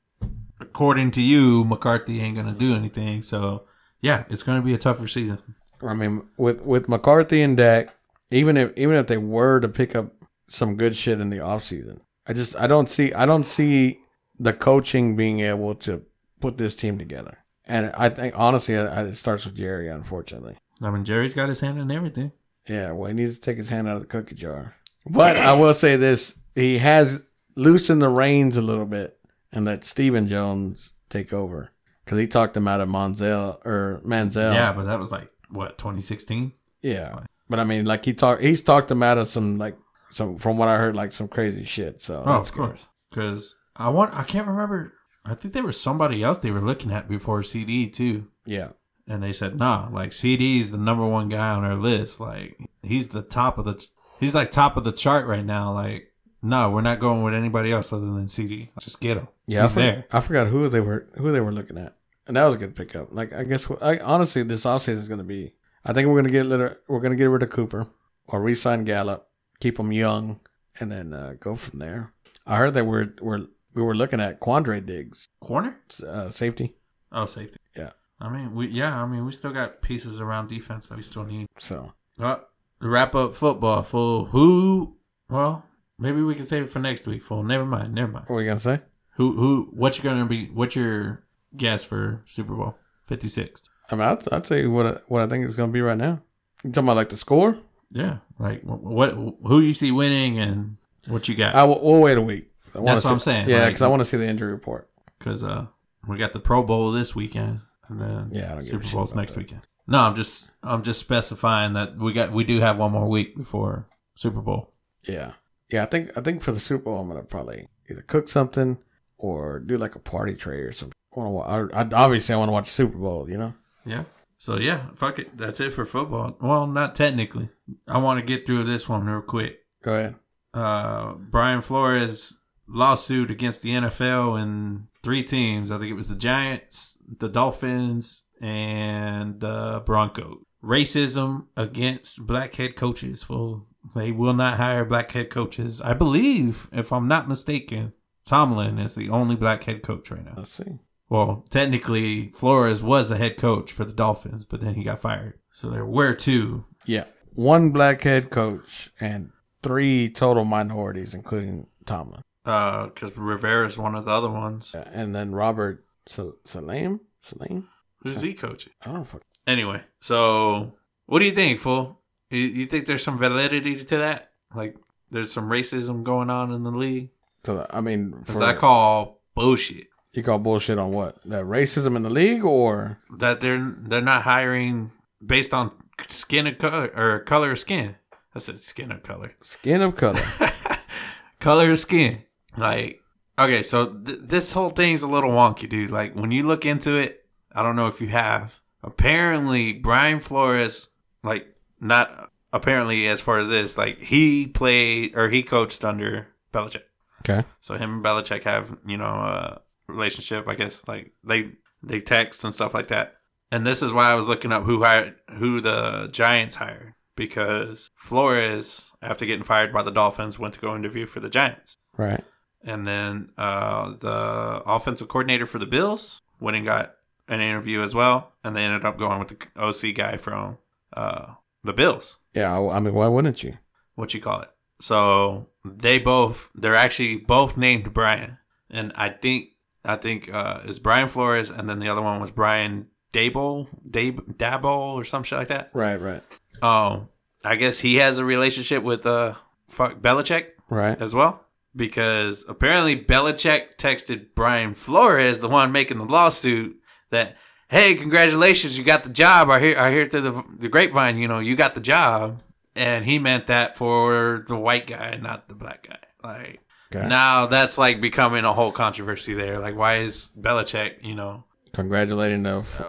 Speaker 1: according to you, McCarthy ain't gonna do anything. So yeah, it's gonna be a tougher season.
Speaker 2: I mean, with with McCarthy and Dak, even if even if they were to pick up some good shit in the offseason, I just I don't see I don't see the coaching being able to put this team together. And I think honestly, I, I- it starts with Jerry. Unfortunately,
Speaker 1: I mean, Jerry's got his hand in everything.
Speaker 2: yeah. Well, he needs to take his hand out of the cookie jar. But I will say this: he has loosened the reins a little bit and let Steven Jones take over because he talked him out of Manziel or Manziel.
Speaker 1: Yeah, but that was like what 2016.
Speaker 2: Yeah, but I mean, like he talked, he's talked him out of some like some from what I heard, like some crazy shit. So
Speaker 1: Oh,
Speaker 2: that's
Speaker 1: of
Speaker 2: good.
Speaker 1: course. Because I want, I can't remember. I think there was somebody else they were looking at before CD too,
Speaker 2: Yeah,
Speaker 1: and they said, "Nah, like CD's the number one guy on our list. Like he's the top of the, he's like top of the chart right now. Like no, we're not going with anybody else other than CD. Just get him.
Speaker 2: yeah,
Speaker 1: he's
Speaker 2: I, for-
Speaker 1: there.
Speaker 2: I forgot who they were who they were looking at, and that was a good pickup. Like I guess I, honestly, this offseason is going to be. I think we're going to get rid of, we're going to get rid of Cooper or re-sign Gallup, keep him young, and then uh, go from there. I heard that we're we're we were looking at Quandre Diggs,
Speaker 1: Corner.
Speaker 2: uh, safety.
Speaker 1: Oh, safety.
Speaker 2: Yeah.
Speaker 1: I mean, we yeah. I mean, we still got pieces around defense that we still need.
Speaker 2: So
Speaker 1: Well, the wrap up football fool. Who? Well, maybe we can save it for next week. Fool. Never mind. Never mind.
Speaker 2: what were you going to say?
Speaker 1: Who who what you gonna be what's your guess for Super Bowl fifty six?
Speaker 2: I mean, I'd, I'd say what I, what I think it's going to be right now. You talking about like the score?
Speaker 1: Yeah, like wh- what who you see winning and what you
Speaker 2: I
Speaker 1: got
Speaker 2: will, we'll wait a week. I wanna
Speaker 1: That's what
Speaker 2: see-
Speaker 1: I'm saying,
Speaker 2: Yeah,
Speaker 1: like-
Speaker 2: because I want to see the injury report.
Speaker 1: because uh we got the Pro Bowl this weekend and then
Speaker 2: Yeah, I don't give a
Speaker 1: Super
Speaker 2: shit
Speaker 1: Bowl's
Speaker 2: about
Speaker 1: next
Speaker 2: that.
Speaker 1: weekend. No, I'm just I'm just specifying that we got we do have one more week before Super Bowl.
Speaker 2: Yeah, yeah. I think I think for the Super Bowl, I'm gonna probably either cook something or do like a party tray or something. I want to. I, I, obviously, I want to watch Super Bowl. You know.
Speaker 1: Yeah. So yeah, fuck it. That's it for football. Well, not technically. I want to get through this one real quick.
Speaker 2: Go ahead.
Speaker 1: uh, Brian Flores lawsuit against the NFL and three teams. I think it was the Giants, the Dolphins, and the Broncos. Racism against black head coaches. Well, they will not hire black head coaches. I believe, if I'm not mistaken, Tomlin is the only black head coach right now.
Speaker 2: Let's see.
Speaker 1: Well, technically, Flores was a head coach for the Dolphins, but then he got fired. So there were two.
Speaker 2: Yeah, one black head coach and three total minorities, including Tomlin,
Speaker 1: Because Rivera's one of the other ones.
Speaker 2: Yeah, and then Robert Sa- Salam. Salam.
Speaker 1: Who's he coaching?
Speaker 2: I don't fuck.
Speaker 1: Anyway, so what do you think, fool? You, you think there's some validity to that? Like, there's some racism going on in the league?
Speaker 2: So the- I mean,
Speaker 1: Because
Speaker 2: for-
Speaker 1: I call bullshit
Speaker 2: you call bullshit on what? That racism in the league or
Speaker 1: that they're they're not hiring based on skin of color or color of skin. I said skin of color,
Speaker 2: skin of color?
Speaker 1: color of skin. Like, okay, so th- this whole thing's a little wonky, dude. Like, when you look into it, I don't know if you have. Apparently, Brian Flores, like, not apparently as far as this, like he played or he coached under Belichick.
Speaker 2: okay.
Speaker 1: So him and Belichick have you know a relationship, I guess. Like they they text and stuff like that. And this is why I was looking up who hired who the Giants hired because Flores, after getting fired by the Dolphins, went to go interview for the Giants.
Speaker 2: Right.
Speaker 1: And then uh, the offensive coordinator for the Bills went and got an interview as well, and they ended up going with the OC guy from uh, the Bills
Speaker 2: Yeah, I, I mean, why wouldn't you?
Speaker 1: what you call it. So they both they're actually both named Brian, and I think I think uh, it's Brian Flores, and then the other one was Brian Dable, Dab, Dabo, or some shit like that.
Speaker 2: Right, right.
Speaker 1: Um, I guess he has a relationship with uh fuck Belichick
Speaker 2: Right.
Speaker 1: as well because apparently Belichick texted Brian Flores, the one making the lawsuit, that hey, congratulations, you got the job. I hear I hear through the the grapevine, you know, you got the job, and he meant that for the white guy, not the black guy. Like
Speaker 2: Okay.
Speaker 1: now, that's like becoming a whole controversy there. Like why is Belichick, you know?
Speaker 2: Congratulating the. f-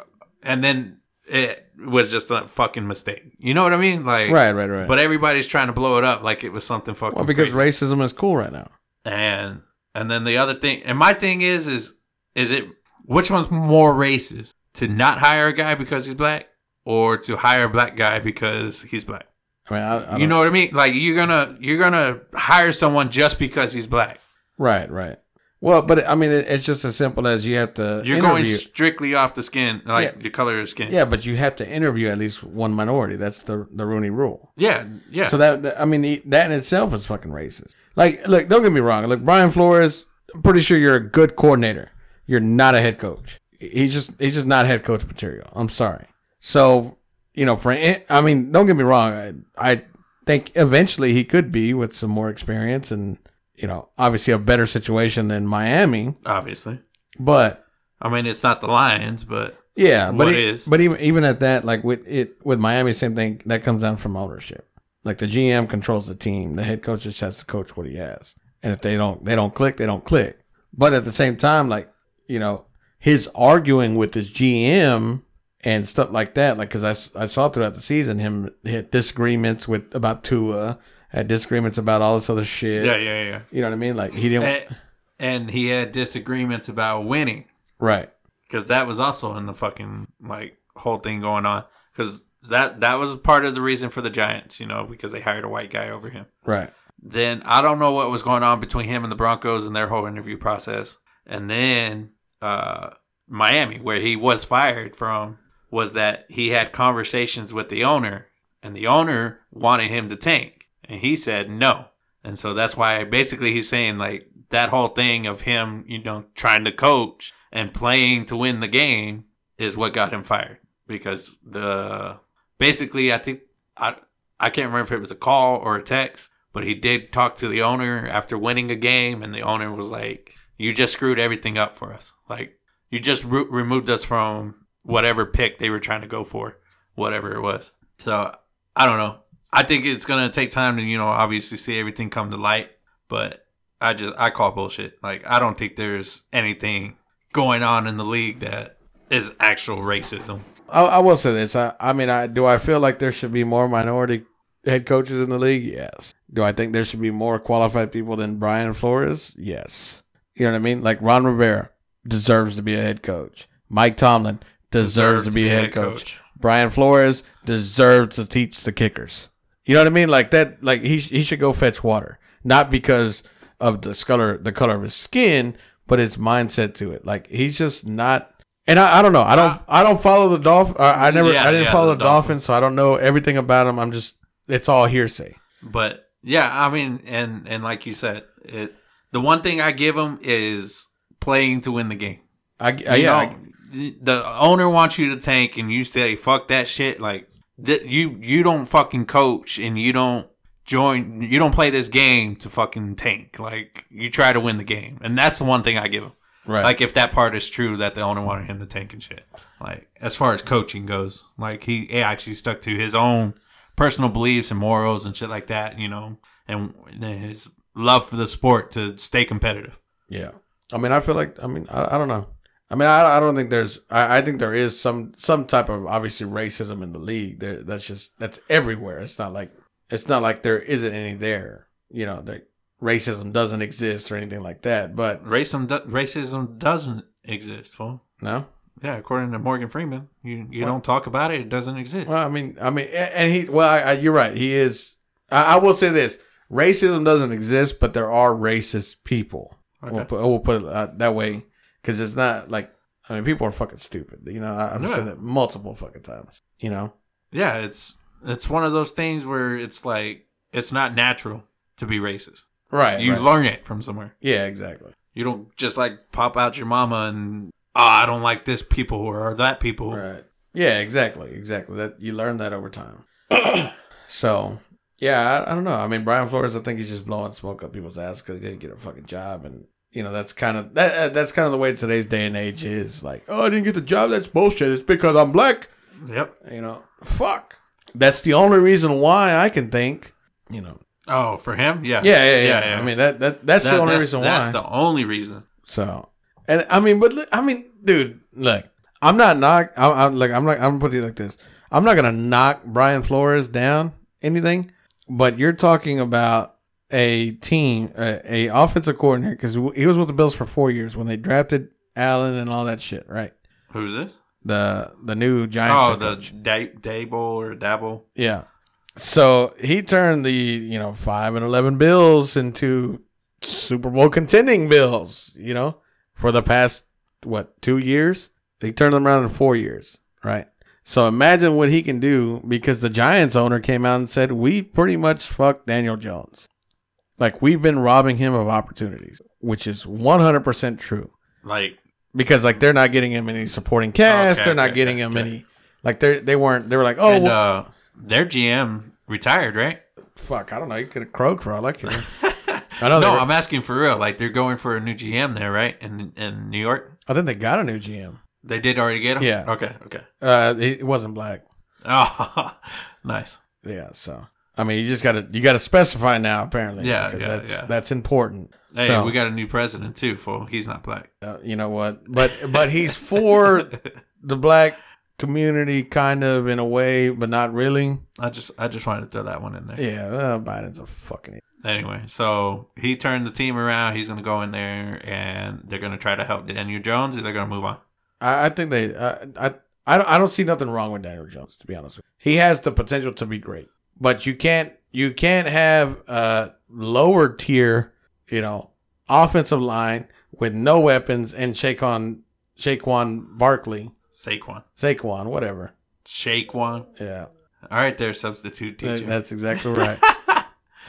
Speaker 1: And then it was just a fucking mistake. You know what I mean? Like
Speaker 2: right, right, right.
Speaker 1: But everybody's trying to blow it up like it was something fucking.
Speaker 2: well, because
Speaker 1: crazy
Speaker 2: racism is cool right now.
Speaker 1: and and then the other thing and my thing is is is it which one's more racist to not hire a guy because he's black or to hire a black guy because he's black
Speaker 2: I mean, I, I
Speaker 1: you know what i mean like you're gonna you're gonna hire someone just because he's black
Speaker 2: Right, right. Well, but I mean, it, it's just as simple as you have to.
Speaker 1: you're going
Speaker 2: interview-
Speaker 1: strictly off the skin like
Speaker 2: Yeah.
Speaker 1: the color of skin
Speaker 2: Yeah, but you have to interview at least one minority. That's the the Rooney Rule.
Speaker 1: yeah yeah
Speaker 2: So that, that- I mean, the, that in itself is fucking racist. Like, look, don't get me wrong. Look, Brian Flores, I'm pretty sure you're a good coordinator. You're not a head coach. He's just he's just not head coach material. I'm sorry. So you know, for I mean, don't get me wrong. I, I think eventually he could be with some more experience and you know, obviously a better situation than Miami,
Speaker 1: obviously
Speaker 2: but.
Speaker 1: i mean it's not the lions but
Speaker 2: Yeah, but
Speaker 1: what
Speaker 2: e-
Speaker 1: is.
Speaker 2: but even even at that, like with it with Miami, same thing that comes down from ownership. Like the GM controls the team, the head coach just has to coach what he has, and if they don't they don't click, they don't click. But at the same time, like you know, his arguing with his GM and stuff like that, like because I, s- I saw throughout the season him hit disagreements with about Tua, had disagreements about all this other shit.
Speaker 1: yeah yeah yeah
Speaker 2: You know what I mean? Like he didn't
Speaker 1: and, and he had disagreements about winning
Speaker 2: right.
Speaker 1: because that was also in the fucking like whole thing going on because that that was part of the reason for the Giants, you know, because they hired a white guy over him.
Speaker 2: Right.
Speaker 1: Then I don't know what was going on between him and the Broncos and their whole interview process, and then uh, Miami, where he was fired from, was that he had conversations with the owner, and the owner wanted him to tank, and he said no, and so that's why basically he's saying like that whole thing of him, you know, trying to coach and playing to win the game is what got him fired because the basically I think I I can't remember if it was a call or a text, but he did talk to the owner after winning a game, and the owner was like, "You just screwed everything up for us. Like you just re- removed us from whatever pick they were trying to go for, whatever it was." So I don't know. I think it's gonna take time to you know obviously see everything come to light, but I just I call bullshit. Like I don't think there's anything going on in the league that is actual racism.
Speaker 2: I, I will say this. I, I mean, I do. I feel like there should be more minority head coaches in the league. Yes. Do I think there should be more qualified people than Brian Flores? Yes. You know what I mean? Like Ron Rivera deserves to be a head coach. Mike Tomlin deserves, to be a head, coach. Brian Flores deserves to teach the kickers. You know what I mean? Like that. Like he he should go fetch water, not because of the color the color of his skin, but his mindset to it. Like he's just not. And I, I don't know. I don't I don't follow the dolphin. I never
Speaker 1: Yeah,
Speaker 2: I didn't
Speaker 1: yeah,
Speaker 2: follow
Speaker 1: the
Speaker 2: the Dolphins, so I don't know everything about him. I'm just it's all hearsay.
Speaker 1: But yeah, I mean, and and like you said, it the one thing I give him is playing to win the game.
Speaker 2: I, I
Speaker 1: You
Speaker 2: Uh, yeah.
Speaker 1: know, the owner wants you to tank, and you say fuck that shit. Like th- you you don't fucking coach, and you don't join, you don't play this game to fucking tank. Like you try to win the game, and that's the one thing I give him.
Speaker 2: I, right.
Speaker 1: Like if that part is true, that the owner wanted him to tank and shit. Like as far as coaching goes, like he he actually stuck to his own personal beliefs and morals and shit like that, you know, and then his love for the sport to stay competitive.
Speaker 2: Yeah. I mean, I feel like, I mean, I, I don't know. I mean, I, I don't think there's, I, I think there is some, some type of obviously racism in the league. There, that's just, that's everywhere. It's not like, it's not like there isn't any there, you know, like racism doesn't exist or anything like that. But
Speaker 1: Racism do- racism doesn't exist, fool.
Speaker 2: no.
Speaker 1: Yeah, according to Morgan Freeman, you you don't talk about it; it doesn't exist.
Speaker 2: Well, I mean, I mean, a- and he, well, I, I, you're right. He is, I, I will say this racism doesn't exist, but there are racist people. We'll
Speaker 1: Okay.
Speaker 2: put, we'll put it uh, that way because it's not like, I mean, people are fucking stupid. You know, I, I've
Speaker 1: Yeah.
Speaker 2: said that multiple fucking times, you know?
Speaker 1: yeah, it's it's one of those things where it's like it's not natural to be racist.
Speaker 2: Right.
Speaker 1: You
Speaker 2: right.
Speaker 1: learn it from somewhere.
Speaker 2: yeah, exactly.
Speaker 1: You don't just like pop out your mama and oh, I don't like this people or that people.
Speaker 2: Right. Yeah, exactly. Exactly. That you learn that over time. So yeah, I, I don't know. I mean, Brian Flores, I think he's just blowing smoke up people's ass because he didn't get a fucking job, and you know that's kind of that uh, that's kind of the way today's day and age is. Like, oh, I didn't get the job. That's bullshit. It's because I'm black.
Speaker 1: Yep.
Speaker 2: You know, fuck. That's the only reason why I can think. You know.
Speaker 1: Oh, for him? Yeah.
Speaker 2: Yeah, yeah, yeah. I mean, that, that that's
Speaker 1: That-
Speaker 2: the only
Speaker 1: that's-
Speaker 2: reason why.
Speaker 1: That's the only reason.
Speaker 2: So, and I mean, but li- I mean, dude, look, I'm not knock. I'm, I'm like, I'm like, I'm gonna put it like this. I'm not gonna knock Brian Flores down anything, but you're talking about a team, a, a offensive coordinator, because he was with the Bills for four years when they drafted Allen and all that shit, right?
Speaker 1: Who's this?
Speaker 2: The the new
Speaker 1: Oh,
Speaker 2: Giants. head
Speaker 1: the
Speaker 2: coach.
Speaker 1: da- Dable or Dabble.
Speaker 2: yeah. So he turned the you know five and eleven Bills into Super Bowl contending Bills. You know, for the past what two years, they turned them around in four years, right? So imagine what he can do because the Giants owner came out and said we pretty much fucked Daniel Jones, like we've been robbing him of opportunities, which is one hundred percent true
Speaker 1: Like,
Speaker 2: because like they're not getting him any supporting cast,
Speaker 1: Okay,
Speaker 2: they're not
Speaker 1: okay,
Speaker 2: getting
Speaker 1: okay,
Speaker 2: him
Speaker 1: okay.
Speaker 2: any. Like they they weren't they were like oh
Speaker 1: and
Speaker 2: well,
Speaker 1: uh, their GM retired, right?
Speaker 2: Fuck, I don't know. You could have crowed for all I care. I know.
Speaker 1: no,
Speaker 2: No,
Speaker 1: I'm asking for real. Like, they're going for a new GM there, right? In in New York,
Speaker 2: I think they got a new GM.
Speaker 1: they did already get him.
Speaker 2: Yeah.
Speaker 1: Okay. Okay.
Speaker 2: Uh, he it wasn't black.
Speaker 1: Oh, nice.
Speaker 2: Yeah, so I mean, you just gotta you gotta specify now. Apparently,
Speaker 1: Yeah,
Speaker 2: because
Speaker 1: yeah,
Speaker 2: that's
Speaker 1: yeah.
Speaker 2: that's important.
Speaker 1: Hey,
Speaker 2: So,
Speaker 1: we got a new president too. Fool, he's not black.
Speaker 2: uh, you know what? But but he's for the black community, kind of in a way, but not really.
Speaker 1: I just I just wanted to throw that one in there.
Speaker 2: Yeah, uh, Biden's a fucking. idiot.
Speaker 1: Anyway, so he turned the team around. He's gonna go in there and they're gonna try to help Daniel Jones, or they're gonna move on.
Speaker 2: I, I think they. Uh, I I don't, I don't see nothing wrong with Daniel Jones. To be honest, with you. he has the potential to be great, but you can't you can't have a lower tier, you know, offensive line with no weapons and Shaquan Shaquan Barkley
Speaker 1: Saquon,
Speaker 2: Saquon whatever.
Speaker 1: Shaquan.
Speaker 2: Yeah,
Speaker 1: All right, there, substitute
Speaker 2: that-
Speaker 1: teacher.
Speaker 2: that's exactly right.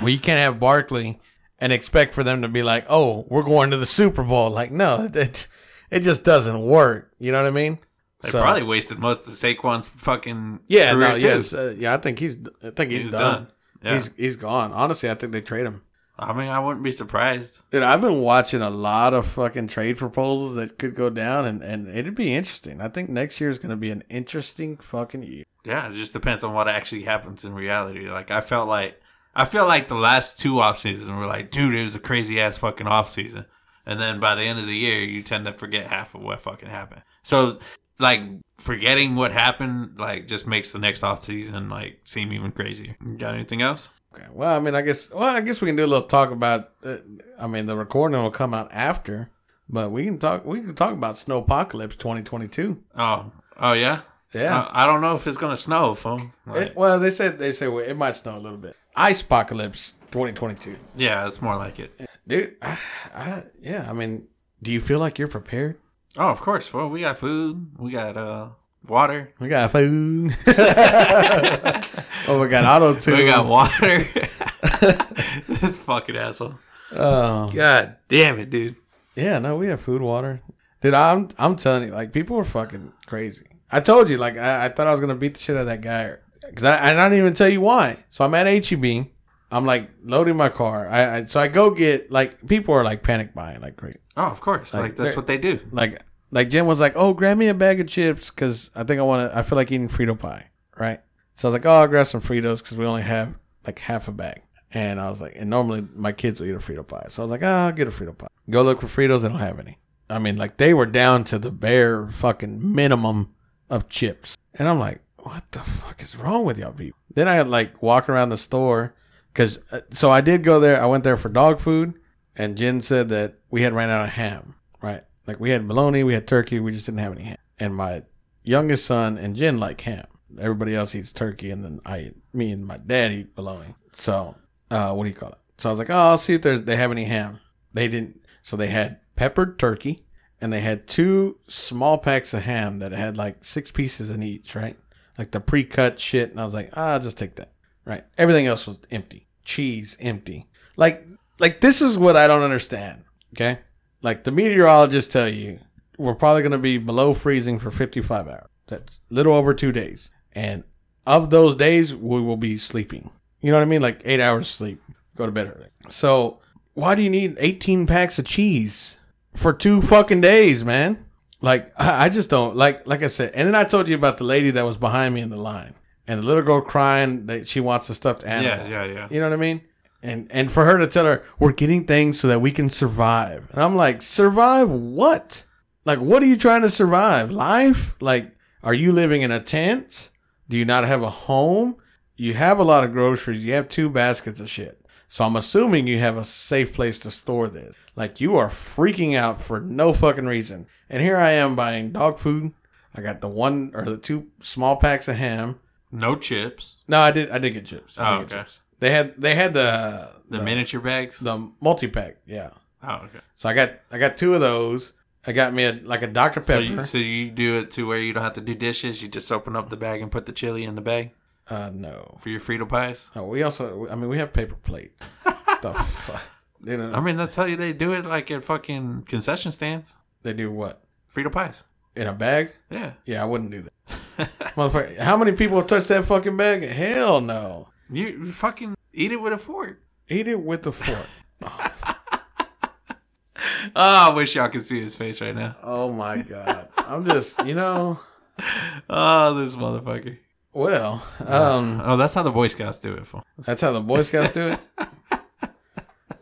Speaker 2: well, you can't have Barkley and expect for them to be like, oh, we're going to the Super Bowl. Like, no, it it just doesn't work. You know what I mean?
Speaker 1: They
Speaker 2: So-
Speaker 1: probably wasted most of Saquon's fucking
Speaker 2: Yeah,
Speaker 1: career
Speaker 2: no,
Speaker 1: too.
Speaker 2: yes, uh, yeah. I think he's, I think he's,
Speaker 1: He's
Speaker 2: done.
Speaker 1: done. Yeah.
Speaker 2: He's he's gone. Honestly, I think they trade him.
Speaker 1: I mean, I wouldn't be surprised.
Speaker 2: Dude, I've been watching a lot of fucking trade proposals that could go down, and and it'd be interesting. I think next year is going to be an interesting fucking year.
Speaker 1: Yeah, it just depends on what actually happens in reality. Like I felt like I feel like the last two off seasons were like, dude, it was a crazy ass fucking off season. And then by the end of the year, you tend to forget half of what fucking happened. So like forgetting what happened like just makes the next off season like seem even crazier. You got anything else?
Speaker 2: Okay. Well, I mean, I guess. Well, I guess we can do a little talk about. Uh, I mean, the recording will come out after, but we can talk. We can talk about Snowpocalypse twenty twenty two.
Speaker 1: Oh, oh yeah.
Speaker 2: Yeah.
Speaker 1: I, I don't know if it's gonna snow, fool. Like,
Speaker 2: It- well, they said they say well, it might snow a little bit. Icepocalypse twenty twenty two.
Speaker 1: yeah, it's more like it.
Speaker 2: dude. I, I, yeah, I mean, do you feel like you're prepared?
Speaker 1: Oh, of course, fool. We got food. We got uh water.
Speaker 2: We got food. oh, we got auto tune.
Speaker 1: We got water. this fucking asshole.
Speaker 2: Oh,
Speaker 1: God damn it, dude.
Speaker 2: yeah, no, we have food, water. Dude, I'm I'm telling you, like people are fucking crazy. I told you, like I, I thought I was gonna beat the shit out of that guy, cause I, and I didn't even tell you why. So I'm at HEB. I'm like loading my car. I, I so I go get like people are like panic buying like great.
Speaker 1: Oh, of course. Like,
Speaker 2: Like,
Speaker 1: that's
Speaker 2: there-
Speaker 1: what they do.
Speaker 2: like like Jen was like, "Oh, grab me a bag of chips because I think I want to. I feel like eating Frito pie, right?" So I was like, "Oh, I'll grab some Fritos because we only have like half a bag." And I was like, and normally my kids will eat a Frito pie, so I was like, "Ah, I'll get a Frito pie. Go look for Fritos. They don't have any. I mean, like they were down to the bare fucking minimum of chips, and I'm like, what the fuck is wrong with y'all people? Then I had like walk around the store because uh, so I did go there. I went there for dog food, and Jen said that we had ran out of ham. Right, like we had bologna, we had turkey, we just didn't have any ham. And my youngest son and Jen like ham. Everybody else eats turkey, and then I, me and my dad eat bologna. So, uh, what do you call it? So I was like, oh, I'll see if there's they have any ham. They didn't. So they had peppered turkey, and they had two small packs of ham that had like six pieces in each, right? Like the pre-cut shit. And I was like, ah, I'll just take that. Right. Everything else was empty. Cheese empty. Like like this is what I don't understand. Okay. Like the meteorologists tell you, we're probably going to be below freezing for 55 hours. That's little over two days. And of those days, we will be sleeping. You know what I mean? Like eight hours sleep, go to bed early. So why do you need 18 packs of cheese for two fucking days, man? Like I, I just don't like. Like I said, and then I told you about the lady that was behind me in the line, and the little girl crying that she wants a stuffed animal.
Speaker 1: Yeah, yeah, yeah.
Speaker 2: You know what I mean? And and for her to tell her we're getting things so that we can survive, and I'm like, survive what? Like, what are you trying to survive? Life? Like, are you living in a tent? Do you not have a home? You have a lot of groceries. You have two baskets of shit. So I'm assuming you have a safe place to store this. Like you are freaking out for no fucking reason. And here I am buying dog food. I got the one or the two small packs of ham.
Speaker 1: No chips.
Speaker 2: No, I did. I did get chips. I did
Speaker 1: Oh,
Speaker 2: get
Speaker 1: okay.
Speaker 2: chips. They had they had the
Speaker 1: The miniature bags.
Speaker 2: the multi pack. Yeah.
Speaker 1: oh, okay.
Speaker 2: So I got I got two of those. I got me a like a Dr Pepper.
Speaker 1: So you, so you do it to where you don't have to do dishes. You just open up the bag and put the chili in the bag
Speaker 2: uh, no.
Speaker 1: for your Frito pies.
Speaker 2: Oh, we also I mean we have paper plate. the fuck. They,
Speaker 1: I
Speaker 2: don't,
Speaker 1: mean, that's how they do it, like at fucking concession stands.
Speaker 2: they do what
Speaker 1: Frito pies.
Speaker 2: in a bag?
Speaker 1: Yeah.
Speaker 2: Yeah, I wouldn't do that. Motherfucker, how many people have touched that fucking bag? Hell no.
Speaker 1: You you fucking eat it with a fork.
Speaker 2: Eat it with the fork.
Speaker 1: Oh, I wish y'all could see his face right now.
Speaker 2: oh my god. I'm just, you know,
Speaker 1: Oh, this motherfucker.
Speaker 2: well, um
Speaker 1: Oh, that's how the Boy Scouts do it for.
Speaker 2: that's how the Boy Scouts do it. Well,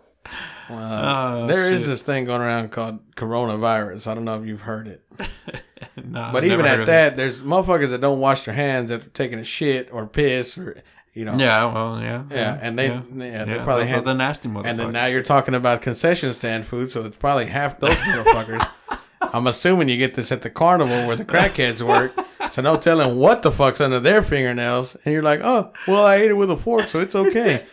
Speaker 1: Oh,
Speaker 2: there is
Speaker 1: shit.
Speaker 2: this thing going around called coronavirus. I don't know if you've heard it.
Speaker 1: Nah,
Speaker 2: But
Speaker 1: I've
Speaker 2: even
Speaker 1: never heard
Speaker 2: at
Speaker 1: of it.
Speaker 2: that, there's motherfuckers that don't wash their hands after taking a shit or piss or you know.
Speaker 1: Yeah, well, yeah.
Speaker 2: Yeah, and they-
Speaker 1: Yeah,
Speaker 2: yeah, they probably
Speaker 1: those
Speaker 2: had-
Speaker 1: are the nasty motherfuckers.
Speaker 2: And then now you're talking about concession stand food, so it's probably half those motherfuckers. I'm assuming you get this at the carnival where the crackheads work. So no telling what the fuck's under their fingernails. And you're like, oh, well, I ate it with a fork, so it's okay.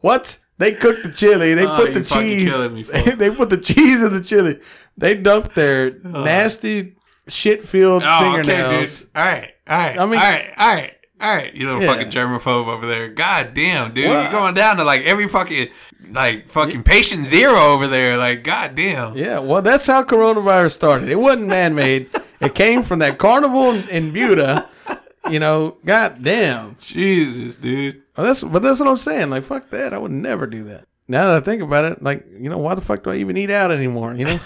Speaker 2: what? They cooked the chili. They
Speaker 1: Oh,
Speaker 2: put the
Speaker 1: you fucking killing me,
Speaker 2: cheese.
Speaker 1: fool.
Speaker 2: they put the cheese in the chili. They dumped their nasty shit filled
Speaker 1: Oh, okay,
Speaker 2: fingernails.
Speaker 1: dude. All right, all right.
Speaker 2: I mean-
Speaker 1: all right, all right, all right. You little
Speaker 2: Yeah.
Speaker 1: fucking germaphobe over there. God damn, dude,
Speaker 2: Well,
Speaker 1: you're going down to like every fucking like fucking patient zero over there. Like, god damn.
Speaker 2: Yeah, well, that's how coronavirus started. It wasn't man made. it came from that carnival in, in Buda. You know, goddamn.
Speaker 1: Jesus, dude.
Speaker 2: Well, that's but that's what I'm saying. Like, fuck that. I would never do that. Now that I think about it, like, you know, why the fuck do I even eat out anymore? You know,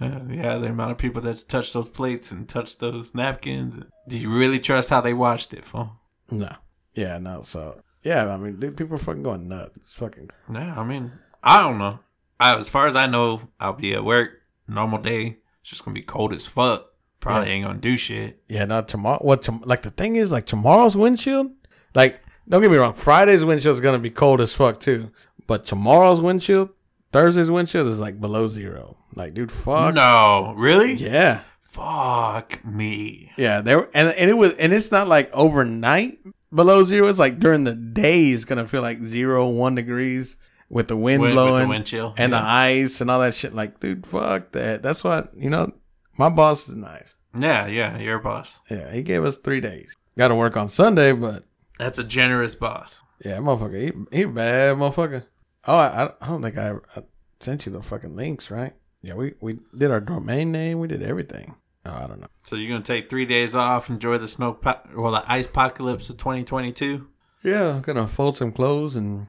Speaker 1: Uh, yeah, the amount of people that's touched those plates and touched those napkins. Do you really trust how they watched it, fool?
Speaker 2: no. Yeah, no. So yeah, I mean, dude, people are fucking going nuts. It's fucking.
Speaker 1: Yeah, I mean, I don't know. I, as far as I know, I'll be at work, normal day. It's just gonna be cold as fuck. Probably ain't gonna do shit.
Speaker 2: Yeah, not tomorrow. What? Tom- like the thing is, like tomorrow's windshield. Like, don't get me wrong. Friday's windshield is gonna be cold as fuck too. But tomorrow's windshield, Thursday's windshield is like below zero. Like, dude, fuck.
Speaker 1: No, really?
Speaker 2: Yeah.
Speaker 1: Fuck me.
Speaker 2: Yeah, there and, and it was and it's not like overnight below zero. It's like during the day it's gonna feel like zero, one degrees with the wind
Speaker 1: With- with the
Speaker 2: blowing
Speaker 1: wind chill,
Speaker 2: and the
Speaker 1: yeah.
Speaker 2: ice and all that shit. Like, dude, fuck that. That's what you know, my boss is nice.
Speaker 1: Yeah, yeah, your boss.
Speaker 2: Yeah, he gave us three days. Gotta work on Sunday, but
Speaker 1: That's a generous boss.
Speaker 2: yeah, motherfucker, he, he bad motherfucker. Oh, I, I don't think I, I sent you the fucking links, right? Yeah, we, we did our domain name, we did everything. Oh, I don't know.
Speaker 1: So you're gonna take three days off, enjoy the snow, po- well, the ice apocalypse of 2022.
Speaker 2: Yeah, I'm gonna fold some clothes and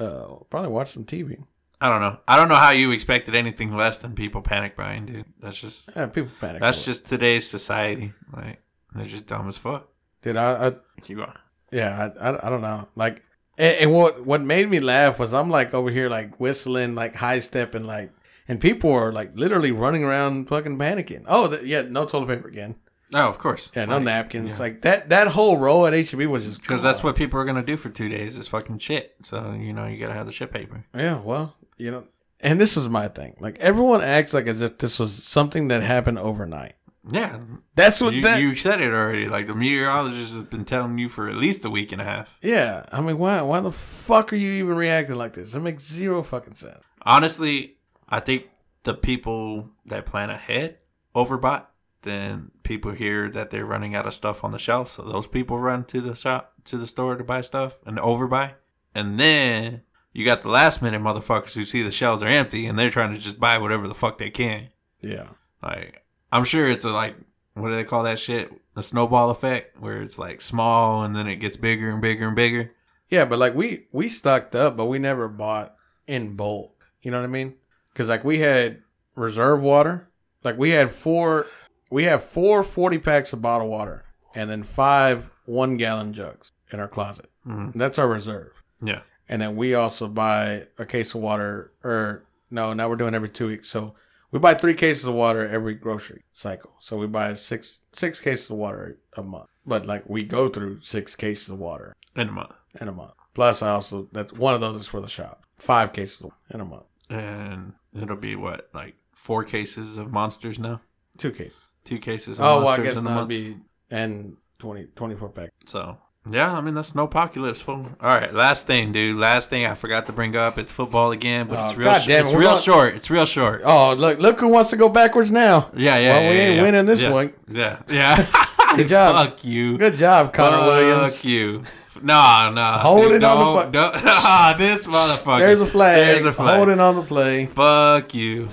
Speaker 2: uh, probably watch some TV.
Speaker 1: I don't know. I don't know how you expected anything less than people panic buying, dude. That's just
Speaker 2: Yeah, people panic.
Speaker 1: that's just today's society. Like they're just dumb as fuck.
Speaker 2: dude. I, I
Speaker 1: Keep going.
Speaker 2: yeah, I, I, I don't know. Like, and, and what what made me laugh was I'm like over here like whistling, like high stepping, like, and people are like literally running around fucking panicking. Oh, th- yeah, no toilet paper again.
Speaker 1: Oh, of course.
Speaker 2: Yeah, no napkins. Like that that whole row at HEB was just
Speaker 1: Because that's what people are gonna do for two days is fucking shit. So you know you gotta have the shit paper.
Speaker 2: Yeah, well, you know, and this is my thing. Like everyone acts like as if this was something that happened overnight.
Speaker 1: Yeah,
Speaker 2: That's what
Speaker 1: you,
Speaker 2: that,
Speaker 1: you said it already. Like the meteorologist has been telling you for at least a week and a half.
Speaker 2: Yeah, I mean, why? Why the fuck are you even reacting like this? It makes zero fucking sense.
Speaker 1: Honestly, I think the people that plan ahead overbought. Then people hear that they're running out of stuff on the shelf, so those people run to the shop to the store to buy stuff and overbuy. And then you got the last minute motherfuckers who see the shelves are empty and they're trying to just buy whatever the fuck they can.
Speaker 2: Yeah,
Speaker 1: Like I'm sure it's a like what do they call that shit? a snowball effect where it's like small and then it gets bigger and bigger and bigger.
Speaker 2: Yeah, but like we we stocked up, but we never bought in bulk. You know what I mean? Because like we had reserve water. Like we had four we had four 40 packs of bottled water and then five one gallon jugs in our closet.
Speaker 1: Mhm.
Speaker 2: That's our reserve.
Speaker 1: Yeah.
Speaker 2: And then we also buy a case of water or no, now we're doing every two weeks. So we buy three cases of water every grocery cycle. So we buy six six cases of water a month. But like we go through six cases of water
Speaker 1: In a month.
Speaker 2: in a month. Plus I also that's one of those is for the shop. Five cases in a month.
Speaker 1: And it'll be what, like four cases of monsters now?
Speaker 2: Two cases.
Speaker 1: Two cases of
Speaker 2: Oh well, I
Speaker 1: monsters
Speaker 2: guess
Speaker 1: in a
Speaker 2: that'd
Speaker 1: month.
Speaker 2: be and 20, 24 pack.
Speaker 1: So yeah, I mean that's no apocalypse, fool. All right, last thing, dude. Last thing I forgot to bring up. It's football again, but
Speaker 2: Oh,
Speaker 1: it's real.
Speaker 2: God
Speaker 1: Sh-
Speaker 2: damn it,
Speaker 1: it's
Speaker 2: we're
Speaker 1: real
Speaker 2: going-
Speaker 1: short. It's real short.
Speaker 2: Oh look! Look who wants to go backwards now.
Speaker 1: Yeah, yeah.
Speaker 2: Well,
Speaker 1: yeah,
Speaker 2: we
Speaker 1: yeah,
Speaker 2: ain't
Speaker 1: yeah.
Speaker 2: winning this
Speaker 1: yeah.
Speaker 2: one.
Speaker 1: Yeah, yeah.
Speaker 2: Good job.
Speaker 1: Fuck you.
Speaker 2: Good job, Connor
Speaker 1: Fuck
Speaker 2: Williams.
Speaker 1: you. Nah, nah.
Speaker 2: Hold
Speaker 1: dude,
Speaker 2: it
Speaker 1: don't-
Speaker 2: on
Speaker 1: don't- Ah, this motherfucker.
Speaker 2: There's a flag.
Speaker 1: There's a flag.
Speaker 2: Holding on the play.
Speaker 1: Fuck you.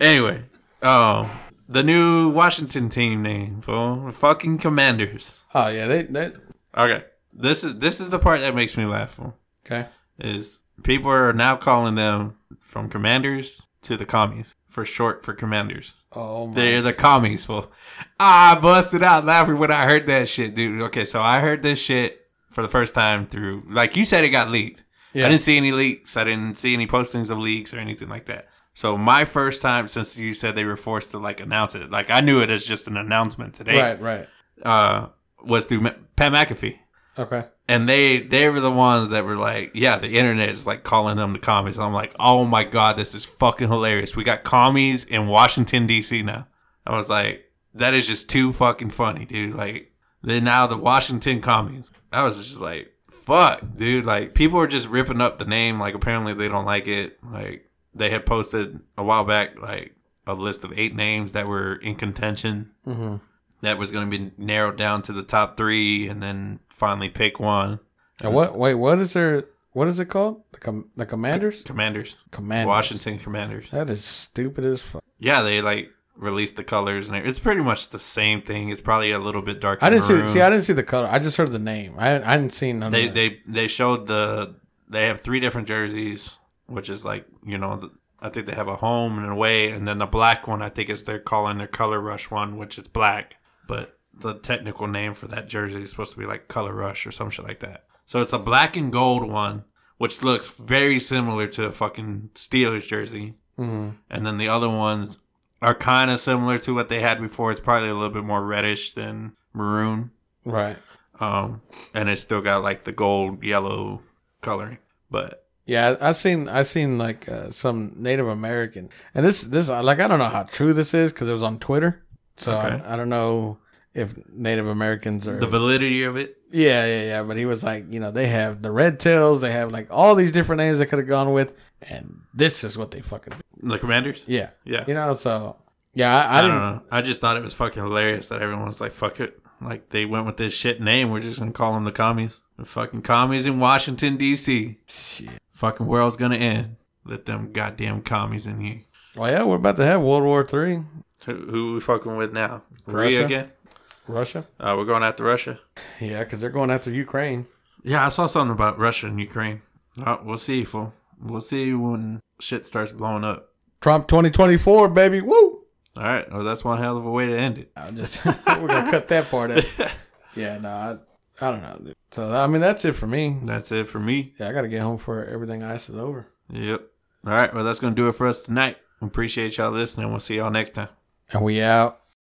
Speaker 1: anyway, um, the new Washington team name, fool. Fucking Commanders.
Speaker 2: Oh yeah, they, they
Speaker 1: Okay, this is this is the part that makes me laugh. Fool.
Speaker 2: okay.
Speaker 1: is people are now calling them from commanders to the commies for short for commanders.
Speaker 2: Oh my.
Speaker 1: They're the commies. Well, I busted out laughing when I heard that shit, dude. Okay, so I heard this shit for the first time through, like you said, it got leaked.
Speaker 2: Yeah.
Speaker 1: I didn't see any leaks. I didn't see any postings of leaks or anything like that. So my first time since you said they were forced to like announce it, like I knew it as just an announcement today.
Speaker 2: Right, right.
Speaker 1: Uh, was through Ma- Pat McAfee
Speaker 2: Okay.
Speaker 1: and they they were the ones that were like, yeah, the internet is like calling them the commies. And I'm like, oh my god, this is fucking hilarious. We got commies in Washington D.C. now. I was like, that is just too fucking funny, dude. Like, they're now the Washington commies. I was just like, fuck, dude. Like, people are just ripping up the name. Like, apparently they don't like it. Like, they had posted a while back like a list of eight names that were in contention
Speaker 2: Mm-hmm.
Speaker 1: that was going to be narrowed down to the top three and then finally pick one.
Speaker 2: And what? Wait, what is their? What is it called? The com- the Commanders.
Speaker 1: Commanders.
Speaker 2: Commanders.
Speaker 1: Washington Commanders.
Speaker 2: That is stupid as fuck.
Speaker 1: Yeah, they like released the colors and it- it's pretty much the same thing. It's probably a little bit darker.
Speaker 2: I didn't see.
Speaker 1: maroon.
Speaker 2: See, I didn't see the color. I just heard the name. I I didn't see none.
Speaker 1: they
Speaker 2: of that.
Speaker 1: they they showed the they have three different jerseys, which is like you know the, I think they have a home and an away, and then the black one I think is they're calling their color rush one, which is black, but the technical name for that jersey is supposed to be like color rush or some shit like that. So it's a black and gold one, which looks very similar to a fucking Steelers jersey,
Speaker 2: Mhm.
Speaker 1: and then the other ones are kind of similar to what they had before. It's probably a little bit more reddish than maroon
Speaker 2: Right.
Speaker 1: um, and it still got like the gold yellow coloring. But
Speaker 2: Yeah, I I seen I seen like uh, some Native American, and this this I- like I don't know how true this is because it was on Twitter, so
Speaker 1: Okay.
Speaker 2: I, I don't know if Native Americans are.
Speaker 1: the validity of it,
Speaker 2: yeah, yeah, yeah. But he was like, you know, they have the red tails, they have like all these different names they could have gone with, and this is what they fucking
Speaker 1: the commanders,
Speaker 2: yeah,
Speaker 1: yeah. Uh-huh.
Speaker 2: you know. So yeah, I, I,
Speaker 1: I,
Speaker 2: didn't.
Speaker 1: don't know. I just thought it was fucking hilarious that everyone's like, "Fuck it," like they went with this shit name. We're just gonna call them the commies. The fucking commies in Washington D.C.
Speaker 2: Shit.
Speaker 1: Fucking world's gonna end. Let them goddamn commies in here.
Speaker 2: Well, yeah, we're about to have World War Three.
Speaker 1: Who, who we fucking with now? Korea
Speaker 2: Russia?
Speaker 1: again?
Speaker 2: Russia.
Speaker 1: Uh, we're going after Russia.
Speaker 2: Yeah, because they're going after Ukraine.
Speaker 1: Yeah, I saw something about Russia and Ukraine. Uh, we'll see, fool. We'll see when shit starts blowing up.
Speaker 2: Trump twenty twenty four, baby. Woo.
Speaker 1: All right. Well, that's one hell of a way to end it.
Speaker 2: I'm just we're gonna cut that part out. Yeah, no, I, I don't know. So I mean, that's it for me.
Speaker 1: That's it for me.
Speaker 2: Yeah, I gotta get home before everything ice is over.
Speaker 1: Yep. All right. Well, that's going to do it for us tonight. Appreciate y'all listening. We'll see y'all next time.
Speaker 2: And we out.